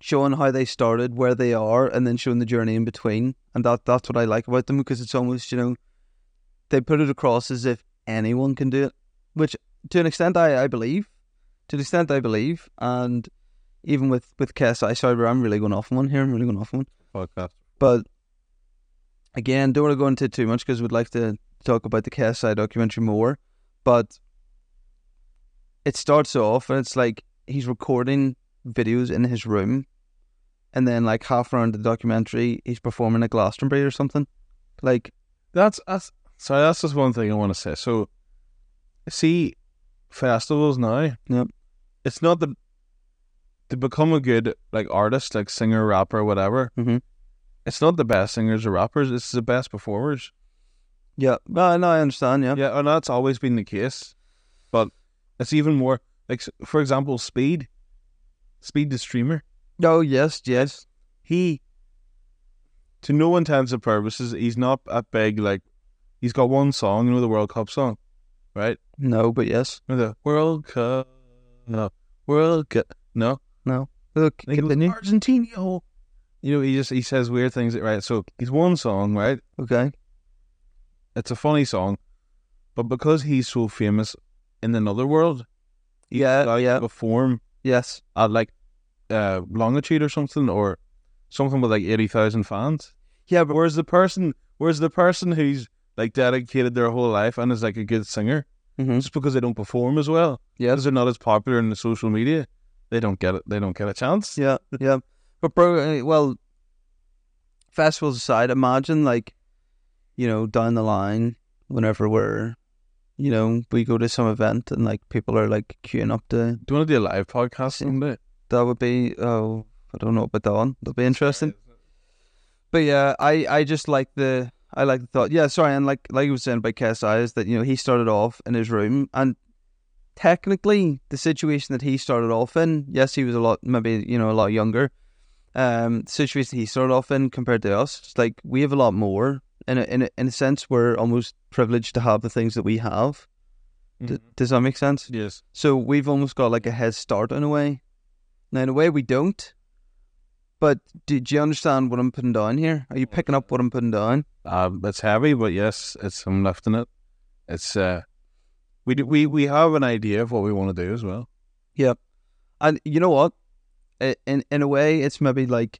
[SPEAKER 1] showing how they started, where they are, and then showing the journey in between. And that that's what I like about them because it's almost you know they put it across as if anyone can do it, which to an extent I I believe, to an extent I believe, and even with with KSI Cyber, I'm really going off on one here. I'm really going off on one.
[SPEAKER 2] Podcast.
[SPEAKER 1] But again, don't want to go into it too much because we'd like to talk about the KSI documentary more. But it starts off and it's like he's recording videos in his room, and then like half around the documentary, he's performing at Glastonbury or something. Like,
[SPEAKER 2] That's that's sorry, that's just one thing I want to say. So see festivals now.
[SPEAKER 1] Yep.
[SPEAKER 2] It's not the to become a good like artist, like singer, rapper, whatever,
[SPEAKER 1] Mhm.
[SPEAKER 2] it's not the best singers or rappers, it's the best performers.
[SPEAKER 1] yeah, no, no, I understand. Yeah,
[SPEAKER 2] Yeah, and that's always been the case. But it's even more like s- for example, Speed. Speed the streamer.
[SPEAKER 1] oh yes, yes,
[SPEAKER 2] He to no intents and purposes, he's not a big like he's got one song, you know the World Cup song, right?
[SPEAKER 1] no, but yes,
[SPEAKER 2] Or the World Cup. No. World Cup. No.
[SPEAKER 1] look,
[SPEAKER 2] Like it was
[SPEAKER 1] continue.
[SPEAKER 2] Argentina. You know, he just he says weird things, right? So he's one song, right?
[SPEAKER 1] Okay,
[SPEAKER 2] It's a funny song, but because he's so famous in another world, he's
[SPEAKER 1] Yeah,
[SPEAKER 2] allowed
[SPEAKER 1] yeah.
[SPEAKER 2] to perform
[SPEAKER 1] yes,
[SPEAKER 2] at like uh, longitude or something, or something with like eighty thousand fans.
[SPEAKER 1] yeah, but
[SPEAKER 2] Whereas the person, whereas the person who's like dedicated their whole life and is like a good singer,
[SPEAKER 1] Mhm.
[SPEAKER 2] just because they don't perform as well,
[SPEAKER 1] Yeah.
[SPEAKER 2] because they're not as popular in the social media, they don't get it. They don't get a chance.
[SPEAKER 1] Yeah, yeah. But bro, uh, well, festivals aside, imagine like, you know, down the line, whenever we're, you know, we go to some event and like people are like queuing up to.
[SPEAKER 2] Do you want to do a live podcast someday?
[SPEAKER 1] That would be oh, I don't know about that one. That'd be interesting. But yeah, I I just like the I like the thought. Yeah, sorry, and like like you were saying about KSI is that you know he started off in his room and technically the situation that he started off in, yes, he was a lot maybe you know a lot younger. Um, the situation he started off in compared to us, it's like we have a lot more. In a, in a, in a sense, we're almost privileged to have the things that we have. D-
[SPEAKER 2] Mhm.
[SPEAKER 1] does that make sense?
[SPEAKER 2] Yes.
[SPEAKER 1] So we've almost got like a head start in a way. Now, in a way, we don't. But do, do you understand what I'm putting down here? Are you picking up what I'm putting down?
[SPEAKER 2] Um, it's heavy, but yes, it's I'm lifting it. It's uh, we do, we we have an idea of what we want to do as well.
[SPEAKER 1] And you know what? I- In in a way, it's maybe like.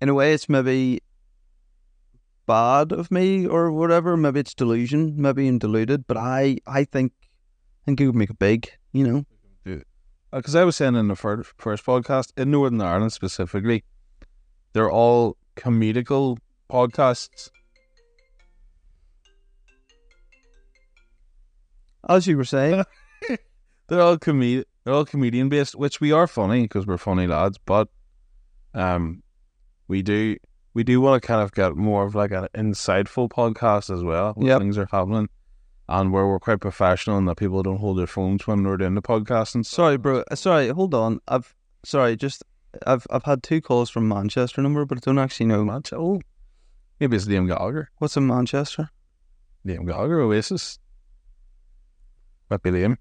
[SPEAKER 1] In a way, it's maybe bad of me or whatever. Maybe it's delusion. Maybe I'm deluded. But I I think I think it would make a big. You know.
[SPEAKER 2] Because Uh, I was saying in the fir- first podcast in Northern Ireland specifically, they're all comedical podcasts.
[SPEAKER 1] As you were saying.
[SPEAKER 2] They're all comedi- They're all comedian based, which we are funny because we're funny lads. But um, we do we do want to kind of get more of like an insightful podcast as well. Where
[SPEAKER 1] Yep.
[SPEAKER 2] things are happening, and where we're quite professional and that people don't hold their phones when we're doing the podcast. And stuff.
[SPEAKER 1] Sorry, bro. uh, Sorry, hold on. I've sorry, just I've I've had two calls from Manchester number, but I don't actually know Manchester. Oh,
[SPEAKER 2] Maybe it's Liam Gallagher.
[SPEAKER 1] what's in Manchester?
[SPEAKER 2] Liam Gallagher, Oasis. Might be Liam.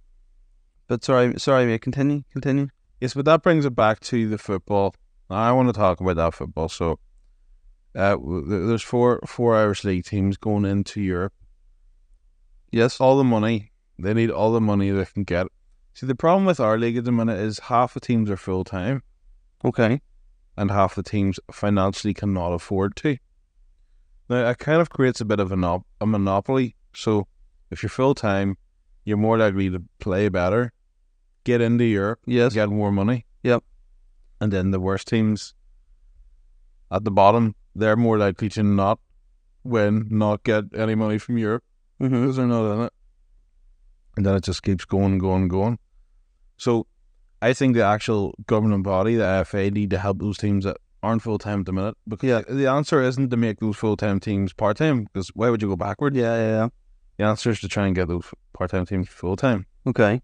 [SPEAKER 1] But sorry, sorry, mate. Continue, continue.
[SPEAKER 2] Yes, but that brings it back to the football. I want to talk about that football. So, uh, w- th- there's four four Irish league teams going into Europe. Yes, all the money they need, all the money they can get. See, the problem with our league at the minute is half the teams are full time
[SPEAKER 1] Okay.
[SPEAKER 2] and half the teams financially cannot afford to. Now, it kind of creates a bit of a, no- a monopoly. So, if you're full time, you're more likely to play better, get into Europe,
[SPEAKER 1] Yes.
[SPEAKER 2] get more money.
[SPEAKER 1] Yep.
[SPEAKER 2] And then the worst teams at the bottom, they're more likely to not win, not get any money from Europe
[SPEAKER 1] Mm-hmm.
[SPEAKER 2] because they're not in it. And then it just keeps going and going and going. So I think the actual governing body, the FA, need to help those teams that aren't full time at the minute because
[SPEAKER 1] Yeah.
[SPEAKER 2] the answer isn't to make those full time teams part time because why would you go backward?
[SPEAKER 1] Yeah, yeah, yeah.
[SPEAKER 2] The answer is to try and get those part time teams full time.
[SPEAKER 1] Okay.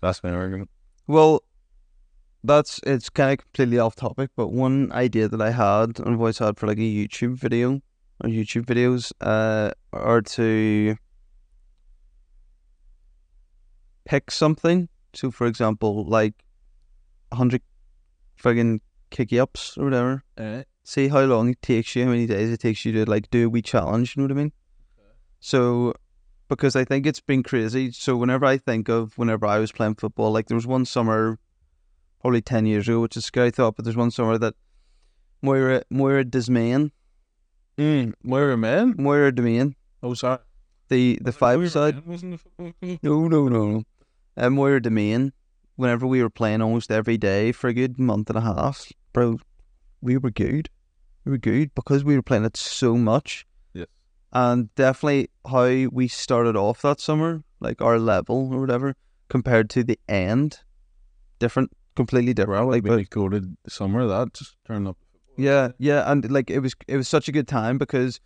[SPEAKER 2] That's my argument.
[SPEAKER 1] Well, that's it's kind of completely off topic, but one idea that I had and voice had for like a YouTube video or YouTube videos uh are to pick something. So, for example, like hundred friggin' kicky ups or whatever.
[SPEAKER 2] Eh?
[SPEAKER 1] See how long it takes you, how many days it takes you to like do a wee challenge. You know what I mean? So, because I think it's been crazy. So whenever I think of whenever I was playing football, like there was one summer, probably ten years ago, which is scary thought, but there's one summer that Moira Moira Desmain
[SPEAKER 2] Mm, we're a man.
[SPEAKER 1] Moira Desmain
[SPEAKER 2] Oh, sorry.
[SPEAKER 1] the the five side
[SPEAKER 2] Wasn't
[SPEAKER 1] No, no, no. Um, we were the main. Whenever we were playing almost every day for a good month and a half, bro, we were good. We were good because we were playing it so much.
[SPEAKER 2] Yes.
[SPEAKER 1] And definitely how we started off that summer, like our level or whatever, compared to the end, different, completely different. Like, but-
[SPEAKER 2] we go to somewhere that just turn up.
[SPEAKER 1] yeah, yeah, and like it was it was such a good time because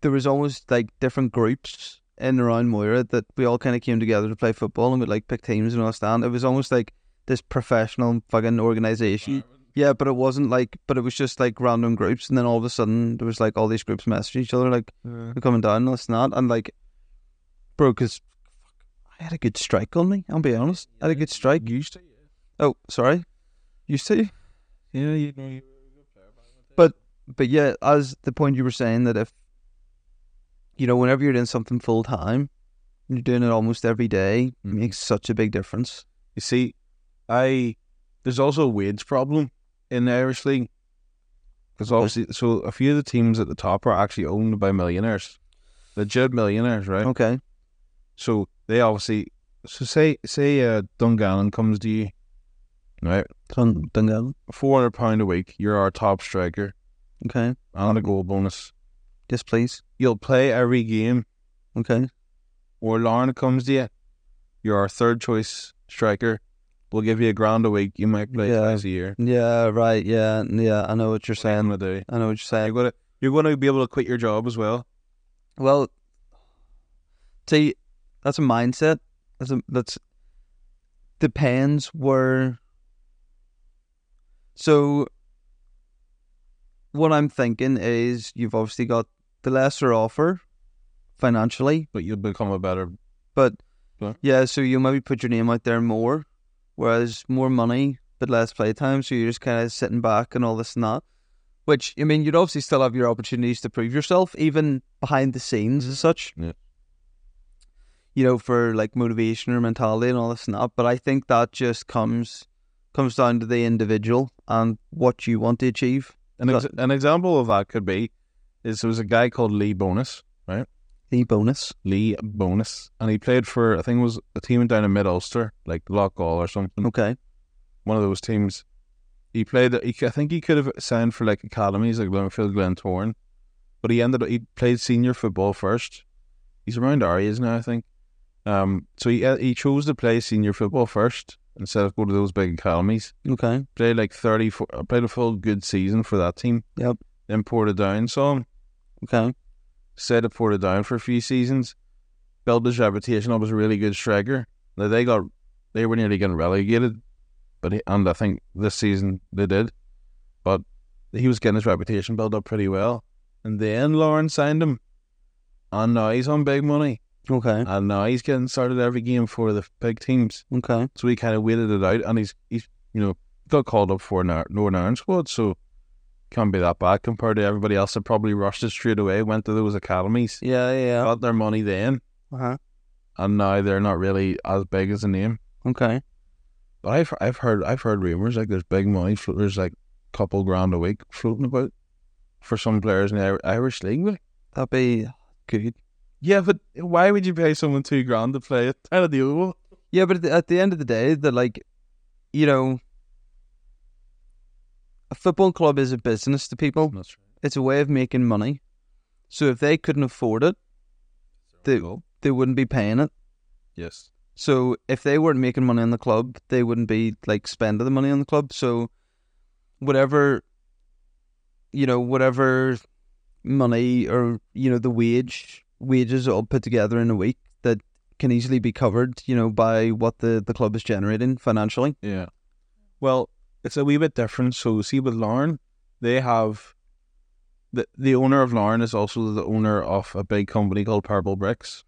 [SPEAKER 1] there was almost like different groups in and around Moira that we all kind of came together to play football and we'd like pick teams and all that. And it was almost like this professional fucking
[SPEAKER 2] Mm.
[SPEAKER 1] organization. Yeah, but it wasn't like, but it was just like random groups, and then all of a sudden there was like all these groups messaging each other like we're coming down, and this and that, and like, bro, because I had a good strike on me. I'll be honest, I had a good strike.
[SPEAKER 2] Used to.
[SPEAKER 1] Oh, sorry, you see.
[SPEAKER 2] Yeah, you know. You,
[SPEAKER 1] but yeah, as the point you were saying that if you know, whenever you're doing something full time, you're doing it almost every day, it
[SPEAKER 2] Mhm.
[SPEAKER 1] makes such a big difference.
[SPEAKER 2] you see, I there's also a wage problem in the Irish league. Because obviously, so a few of the teams at the top are actually owned by millionaires, legit millionaires, right?
[SPEAKER 1] Okay.
[SPEAKER 2] So they obviously so say say uh, Dungannon comes to you, right?
[SPEAKER 1] Dun- Dungan.
[SPEAKER 2] Four hundred pound a week. You're our top striker
[SPEAKER 1] Okay.
[SPEAKER 2] and a goal bonus.
[SPEAKER 1] Yes, please.
[SPEAKER 2] You'll play every game.
[SPEAKER 1] Okay.
[SPEAKER 2] Or Lauren comes to you. You're our third choice striker. We'll give you a grand a week. You might play
[SPEAKER 1] Yeah.
[SPEAKER 2] twice a year.
[SPEAKER 1] Yeah. Right. Yeah. Yeah. I know what you're
[SPEAKER 2] Saying
[SPEAKER 1] saying.
[SPEAKER 2] what they
[SPEAKER 1] I know what you're saying.
[SPEAKER 2] you're gonna you're gonna be able to quit your job as well.
[SPEAKER 1] Well, see, that's a mindset. That's a, that's depends where. So, what I'm thinking is, you've obviously got the lesser offer financially,
[SPEAKER 2] But you'll become a better
[SPEAKER 1] but
[SPEAKER 2] Yeah.
[SPEAKER 1] yeah, so you maybe put your name out there more, whereas more money but less playtime, so you're just kind of sitting back and all this and that. Which I mean, you'd obviously still have your opportunities to prove yourself, even behind the scenes as such.
[SPEAKER 2] Yeah.
[SPEAKER 1] You know, for like motivation or mentality and all this and that. But I think that just comes comes down to the individual and what you want to achieve.
[SPEAKER 2] an, ex- an example of that could be is there was a guy called Lee Bonus, right?
[SPEAKER 1] The bonus.
[SPEAKER 2] Lee Bonus, and he played for I think it was a team down in Mid Ulster, like Lockall or something,
[SPEAKER 1] Okay.
[SPEAKER 2] one of those teams. He played. He, I think he could have signed for like academies, like Bloomfield, Glentorn, but he ended up he played senior football first. He's around our age now, I think. Um, so he he chose to play senior football first instead of go to those big academies.
[SPEAKER 1] Okay.
[SPEAKER 2] Played like thirty, fo- played a full good season for that team.
[SPEAKER 1] Yep.
[SPEAKER 2] Then Portadown saw him
[SPEAKER 1] Okay.
[SPEAKER 2] set at Portadown for a few seasons, built his reputation up as a really good striker. Now they got they were nearly getting relegated, but he, and I think this season they did. But he was getting his reputation built up pretty well. And then Lauren signed him. And now he's on big money.
[SPEAKER 1] Okay.
[SPEAKER 2] And now he's getting started every game for the big teams.
[SPEAKER 1] Okay.
[SPEAKER 2] So he kinda waited it out and he's he's you know, got called up for an Ar- Northern Ireland squad, so can't be that bad compared to everybody else that probably rushed it straight away, went to those academies
[SPEAKER 1] Yeah. Yeah.
[SPEAKER 2] got their money then,
[SPEAKER 1] Uh-huh.
[SPEAKER 2] and now they're not really as big as a name.
[SPEAKER 1] Okay.
[SPEAKER 2] But I've I've heard I've heard rumors like there's big money. flo- There's like a couple grand a week floating about for some players in the Ir- Irish league. like.
[SPEAKER 1] That'd be good.
[SPEAKER 2] Yeah, but why would you pay someone two grand to play it out of the oval?
[SPEAKER 1] Yeah, but at the, at the end of the day, the like, you know, a football club is a business to people.
[SPEAKER 2] That's right.
[SPEAKER 1] It's a way of making money. So if they couldn't afford it, they they wouldn't be paying it.
[SPEAKER 2] Yes.
[SPEAKER 1] So if they weren't making money on the club, they wouldn't be like spending the money on the club. So whatever, you know, whatever money or you know the wage wages all put together in a week that can easily be covered, you know, by what the the club is generating financially.
[SPEAKER 2] Yeah. Well, it's a wee bit different. So see with Lauren, they have the the owner of Lauren is also the owner of a big company called Purple Bricks.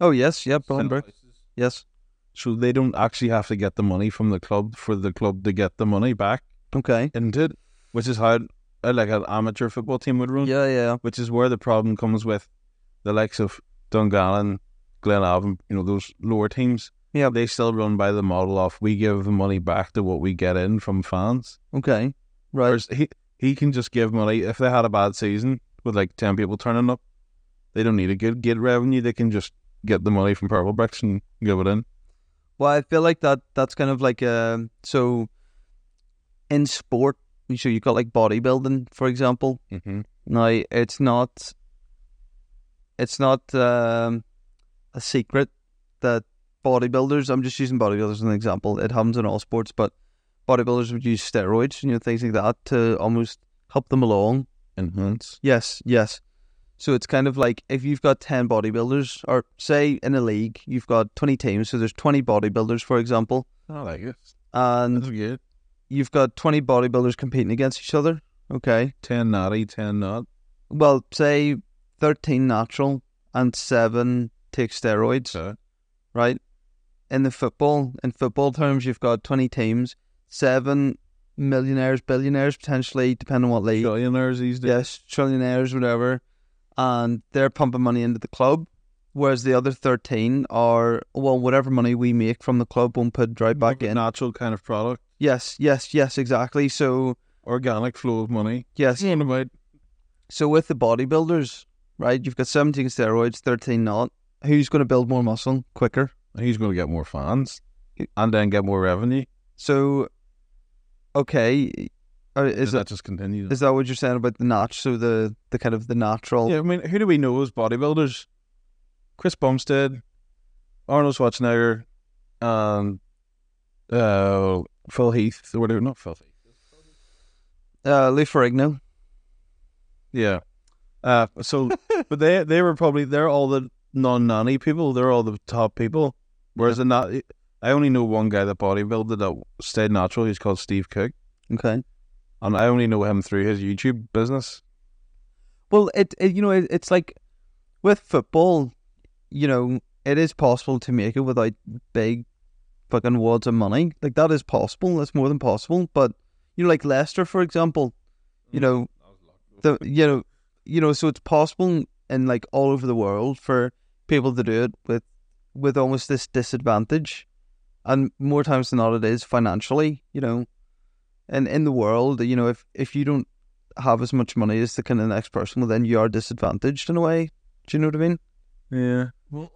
[SPEAKER 1] Oh yes, yeah, Bolingbroke. Yes.
[SPEAKER 2] so they don't actually have to get the money from the club for the club to get the money back
[SPEAKER 1] Okay.
[SPEAKER 2] into it, which is how uh, like an amateur football team would run.
[SPEAKER 1] Yeah, yeah.
[SPEAKER 2] Which is where the problem comes with the likes of Dungannon, Glenavon, you know those lower teams.
[SPEAKER 1] Yeah.
[SPEAKER 2] they still run by the model of we give the money back to what we get in from fans.
[SPEAKER 1] Okay. Right.
[SPEAKER 2] Whereas he he can just give money if they had a bad season with like ten people turning up, they don't need a good gate revenue. They can just get the money from Purple Bricks and give it in.
[SPEAKER 1] Well, I feel like that that's kind of like um so in sport, so you've got like bodybuilding, for example.
[SPEAKER 2] Mm-hmm.
[SPEAKER 1] Now it's not it's not um, a secret that bodybuilders I'm just using bodybuilders as an example. It happens in all sports, but bodybuilders would use steroids, you know, things like that to almost help them along.
[SPEAKER 2] Enhance.
[SPEAKER 1] Yes, yes. So it's kind of like if you've got 10 bodybuilders, or say in a league, you've got 20 teams. So there's 20 bodybuilders, for example,
[SPEAKER 2] I like it.
[SPEAKER 1] and
[SPEAKER 2] That's good.
[SPEAKER 1] you've got 20 bodybuilders competing against each other. Okay.
[SPEAKER 2] 10 naughty, 10 not.
[SPEAKER 1] Well, say 13 natural and 7 take steroids,
[SPEAKER 2] So,
[SPEAKER 1] right? In the football, in football terms, you've got 20 teams, 7 millionaires, billionaires, potentially, depending on what league.
[SPEAKER 2] billionaires these days.
[SPEAKER 1] Yes, trillionaires, whatever. And they're pumping money into the club. Whereas the other 13 are, well, whatever money we make from the club, won't put right back in.
[SPEAKER 2] Natural kind of product,
[SPEAKER 1] Yes, yes, yes, exactly. So,
[SPEAKER 2] organic flow of money.
[SPEAKER 1] yes.
[SPEAKER 2] It's about
[SPEAKER 1] So with the bodybuilders, right, you've got 17 steroids, 13 not, who's going to build more muscle quicker?
[SPEAKER 2] He's going to get more fans and then get more revenue.
[SPEAKER 1] So, okay, uh,
[SPEAKER 2] Is
[SPEAKER 1] is
[SPEAKER 2] that
[SPEAKER 1] that
[SPEAKER 2] just continues?
[SPEAKER 1] is that what you're saying about the notch? So the the kind of the natural.
[SPEAKER 2] Yeah, I mean, who do we know as bodybuilders? Chris Bumstead, Arnold Schwarzenegger, and uh, Phil Heath, or whatever, not Phil Heath.
[SPEAKER 1] Uh, Lou Ferrigno.
[SPEAKER 2] Yeah. Uh, so, but they they were probably, they're all the non nanny people. They're all the top people. Whereas the not, I only know one guy that bodybuilded that stayed natural. He's called Steve Cook.
[SPEAKER 1] Okay.
[SPEAKER 2] And I only know him through his YouTube business.
[SPEAKER 1] Well, it, it you know it, it's like with football, you know, it is possible to make it without big fucking wads of money. Like that is possible. That's more than possible. But you know, like Leicester, for example, you know, the you know, you know, so it's possible in like all over the world for people to do it with with almost this disadvantage, and more times than not, it is financially. You know, and in the world, you know, if if you don't have as much money as the kind of next person, well, then you are disadvantaged in a way. Do you know what I mean?
[SPEAKER 2] Yeah.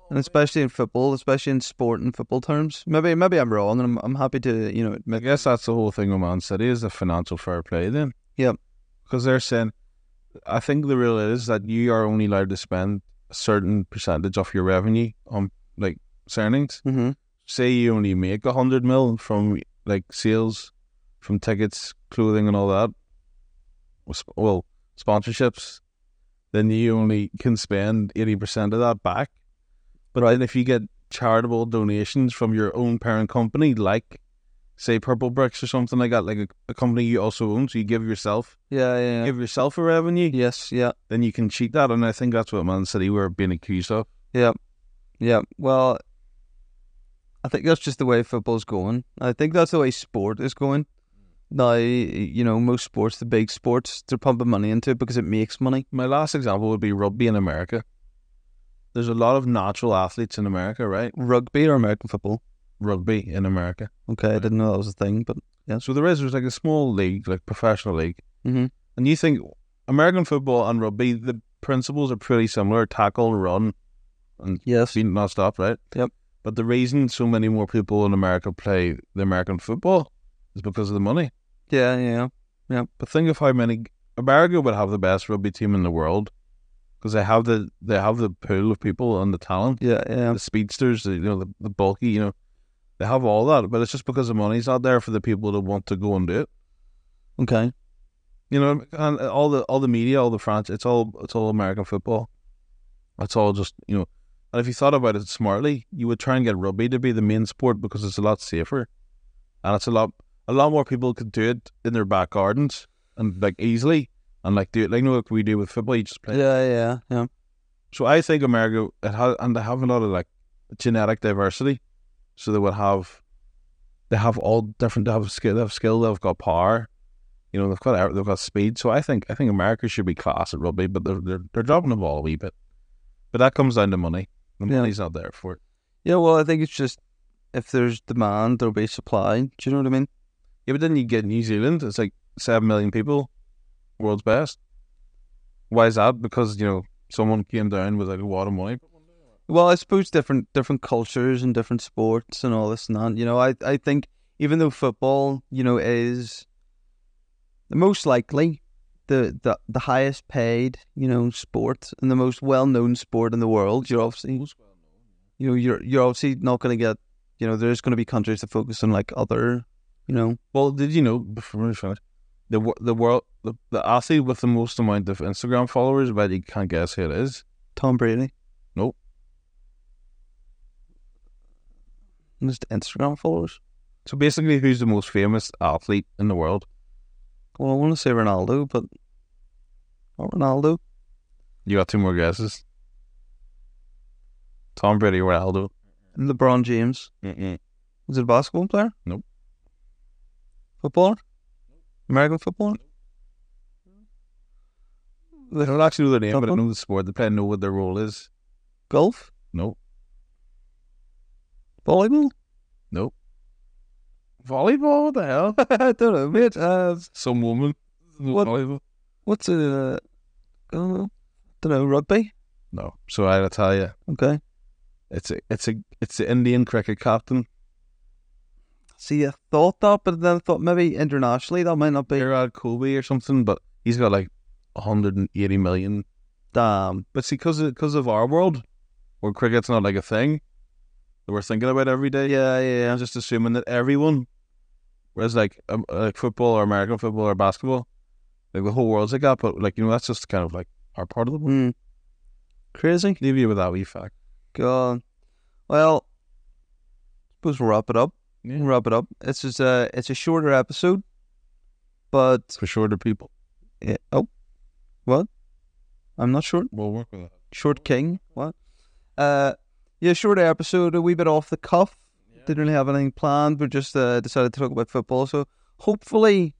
[SPEAKER 1] And especially in football, especially in sport and football terms. Maybe maybe I'm wrong, and I'm, I'm happy to you know
[SPEAKER 2] I
[SPEAKER 1] admit.
[SPEAKER 2] guess that's the whole thing with Man City is the financial fair play then.
[SPEAKER 1] Yep.
[SPEAKER 2] Because they're saying, I think the rule is that you are only allowed to spend a certain percentage of your revenue on like signings.
[SPEAKER 1] Mm-hmm.
[SPEAKER 2] Say you only make a hundred mil from like sales, from tickets, clothing, and all that. or sp- Well, sponsorships. Then you only can spend eighty percent of that back. But then if you get charitable donations from your own parent company, like say Purple Bricks or something like that, like a, a company you also own, so you give yourself
[SPEAKER 1] Yeah, yeah, yeah.
[SPEAKER 2] give yourself a revenue,
[SPEAKER 1] yes, yeah,
[SPEAKER 2] then you can cheat that. And I think that's what Man City were being accused of.
[SPEAKER 1] yeah, yeah. Well, I think that's just the way football's going. I think that's the way sport is going. Now, you know, most sports, the big sports, they're pumping money into it because it makes money.
[SPEAKER 2] My last example would be rugby in America. There's a lot of natural athletes in America, right?
[SPEAKER 1] Rugby or American football?
[SPEAKER 2] Rugby in America.
[SPEAKER 1] Okay, I didn't know that was a thing, but
[SPEAKER 2] So there is there's like a small league, like professional league,
[SPEAKER 1] Mhm.
[SPEAKER 2] and you think American football and rugby, the principles are pretty similar: tackle, run,
[SPEAKER 1] yes,
[SPEAKER 2] seen not stop, right?
[SPEAKER 1] Yep.
[SPEAKER 2] But the reason so many more people in America play the American football is because of the money.
[SPEAKER 1] yeah, yeah.
[SPEAKER 2] But think of how many America would have the best rugby team in the world because they have the they have the pool of people and the talent,
[SPEAKER 1] Yeah, yeah.
[SPEAKER 2] the speedsters, the, you know, the, the bulky, you know, they have all that. But it's just because the money's not there for the people that want to go and do it.
[SPEAKER 1] Okay.
[SPEAKER 2] You know, and all the all the media, all the France, it's all it's all American football. It's all just you know, and if you thought about it smartly, you would try and get rugby to be the main sport because it's a lot safer, and it's a lot a lot more people could do it in their back gardens and like easily and like do it like you know what we do with football, you just play.
[SPEAKER 1] Yeah, yeah, yeah.
[SPEAKER 2] So I think America it has, and they have a lot of like genetic diversity, so they would have they have all different they have skill, they have skill, they've got power, you know, they've got out- they've got speed. So I think I think America should be class at rugby, but they're they're, they're dropping the ball a wee bit. But that comes down to money. The
[SPEAKER 1] Yeah.
[SPEAKER 2] money's not there for it.
[SPEAKER 1] Yeah, well, I think it's just if there's demand, there'll be supply. Do you know what I mean?
[SPEAKER 2] Yeah, but then you get New Zealand. It's like seven million people, world's best. Why is that? Because you know someone came down with like a lot of money.
[SPEAKER 1] Well, I suppose different different cultures and different sports and all this and that. You know, I I think even though football, you know, is the most likely the the, the highest paid, you know, sport and the most well known sport in the world, you're obviously you know, you're you're obviously not gonna get you know, there's gonna be countries that focus on like other you know
[SPEAKER 2] Well, did you know before we finish, the wo- the world the, the athlete with the most amount of Instagram followers, but you can't guess who it is.
[SPEAKER 1] Tom Brady.
[SPEAKER 2] Nope.
[SPEAKER 1] Just Instagram followers.
[SPEAKER 2] So basically, who's the most famous athlete in the world?
[SPEAKER 1] Well, I want to say Ronaldo, but not Ronaldo.
[SPEAKER 2] You got two more guesses. Tom Brady, Ronaldo.
[SPEAKER 1] LeBron James.
[SPEAKER 2] Mm-mm.
[SPEAKER 1] Was it a basketball player?
[SPEAKER 2] Nope.
[SPEAKER 1] Footballer? American footballer?
[SPEAKER 2] I don't actually know their name, but I
[SPEAKER 1] Someone?
[SPEAKER 2] know the sport. They play. I know what their role is.
[SPEAKER 1] Golf?
[SPEAKER 2] Nope.
[SPEAKER 1] Volleyball?
[SPEAKER 2] Volleyball? What the hell? [LAUGHS]
[SPEAKER 1] I don't know, mate. Uh,
[SPEAKER 2] Some woman.
[SPEAKER 1] What?
[SPEAKER 2] Volleyball.
[SPEAKER 1] what's a. I don't know. Rugby?
[SPEAKER 2] No. So I gotta tell you,
[SPEAKER 1] Okay.
[SPEAKER 2] It's a, it's a, it's the Indian cricket captain,
[SPEAKER 1] See, I thought that, but then I thought maybe internationally that might not be.
[SPEAKER 2] Gerard Colby or something, but he's got like 180 million.
[SPEAKER 1] Damn.
[SPEAKER 2] But see, because of, 'cause of our world, where cricket's not like a thing that we're thinking about every day,
[SPEAKER 1] Yeah, yeah.
[SPEAKER 2] I'm just assuming that everyone, whereas like um, like football or American football or basketball, like the whole world's like that. But like you know, that's just kind of like our part of the world.
[SPEAKER 1] Mm. Crazy.
[SPEAKER 2] Leave you with that wee fact.
[SPEAKER 1] God. Well, suppose we'll wrap it up.
[SPEAKER 2] Yeah.
[SPEAKER 1] We'll wrap it up. It's just a it's a shorter episode, but
[SPEAKER 2] For shorter people,
[SPEAKER 1] yeah. oh, what? I'm not short.
[SPEAKER 2] we'll work with that.
[SPEAKER 1] Short King. What? Uh, yeah, shorter episode. A wee bit off the cuff. Didn't really have anything planned, but just uh, decided to talk about football. So hopefully,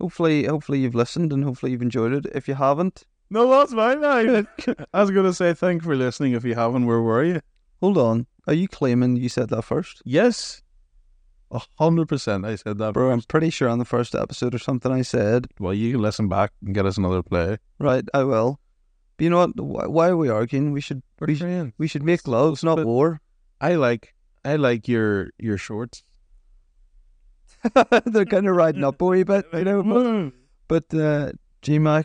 [SPEAKER 1] hopefully, hopefully you've listened and hopefully you've enjoyed it. If you haven't,
[SPEAKER 2] No, that's my line. [LAUGHS] I was going to say thank you for listening. If you haven't, where were you?
[SPEAKER 1] hold on. Are you claiming you said that first?
[SPEAKER 2] Yes, a hundred percent. I said that.
[SPEAKER 1] Bro, I'm pretty sure on the first episode or something I said,
[SPEAKER 2] Well, you can listen back and get us another play.
[SPEAKER 1] right, I will. But you know what? Why, why are we arguing? We should we, sh-
[SPEAKER 2] Brilliant.
[SPEAKER 1] we should make love, not
[SPEAKER 2] But-
[SPEAKER 1] war. [LAUGHS]
[SPEAKER 2] I like I like your your shorts.
[SPEAKER 1] They're kind of riding up a wee bit, you [LAUGHS] know. But, but uh, GMAC,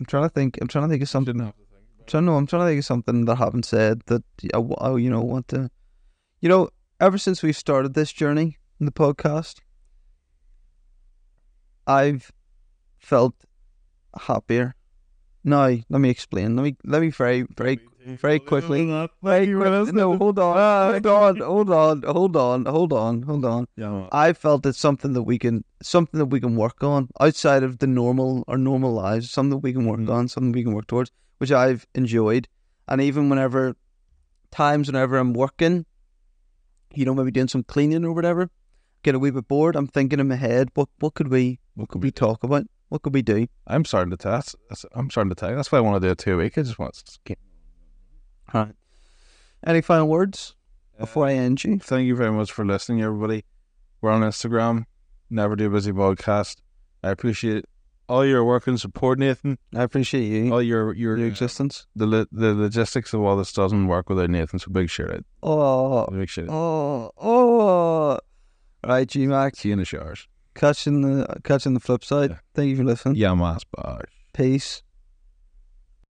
[SPEAKER 1] I'm trying to think. I'm trying to think of something.
[SPEAKER 2] Didn't have to think.
[SPEAKER 1] I'm trying, no, I'm trying to think of something that I haven't said that I, w- I, you know, want to. You know, ever since we've started this journey in the podcast, I've felt happier. Now, let me explain. Let me let me very very very quickly. Very quick, no, hold on, hold on, hold on, hold on, hold on, hold on.
[SPEAKER 2] Yeah,
[SPEAKER 1] I felt it's something that we can something that we can work on outside of the normal our normal lives, something that we can work on, something we can work towards, which I've enjoyed. And even whenever times whenever I'm working, you know, maybe doing some cleaning or whatever, get a wee bit bored, I'm thinking in my head, what what could we what could we talk about? What could we do?
[SPEAKER 2] I'm starting to test. that's- I'm starting to tell. That's why I want to do it two week. I just want. To...
[SPEAKER 1] Right. Any final words before I end you?
[SPEAKER 2] Thank you very much for listening, everybody. We're on Instagram. Never do busy podcast. I appreciate all your work and support, Nathan.
[SPEAKER 1] I appreciate you.
[SPEAKER 2] All your your
[SPEAKER 1] Oh, Your existence.
[SPEAKER 2] the lo- the logistics of all this doesn't work without Nathan. So big shout out.
[SPEAKER 1] Oh,
[SPEAKER 2] Big shout out.
[SPEAKER 1] oh, oh. Right, G Max.
[SPEAKER 2] See you in the showers.
[SPEAKER 1] catching the catching the flip side.
[SPEAKER 2] Yeah.
[SPEAKER 1] Thank you for listening.
[SPEAKER 2] uh, Yeah, mass bash.
[SPEAKER 1] Peace.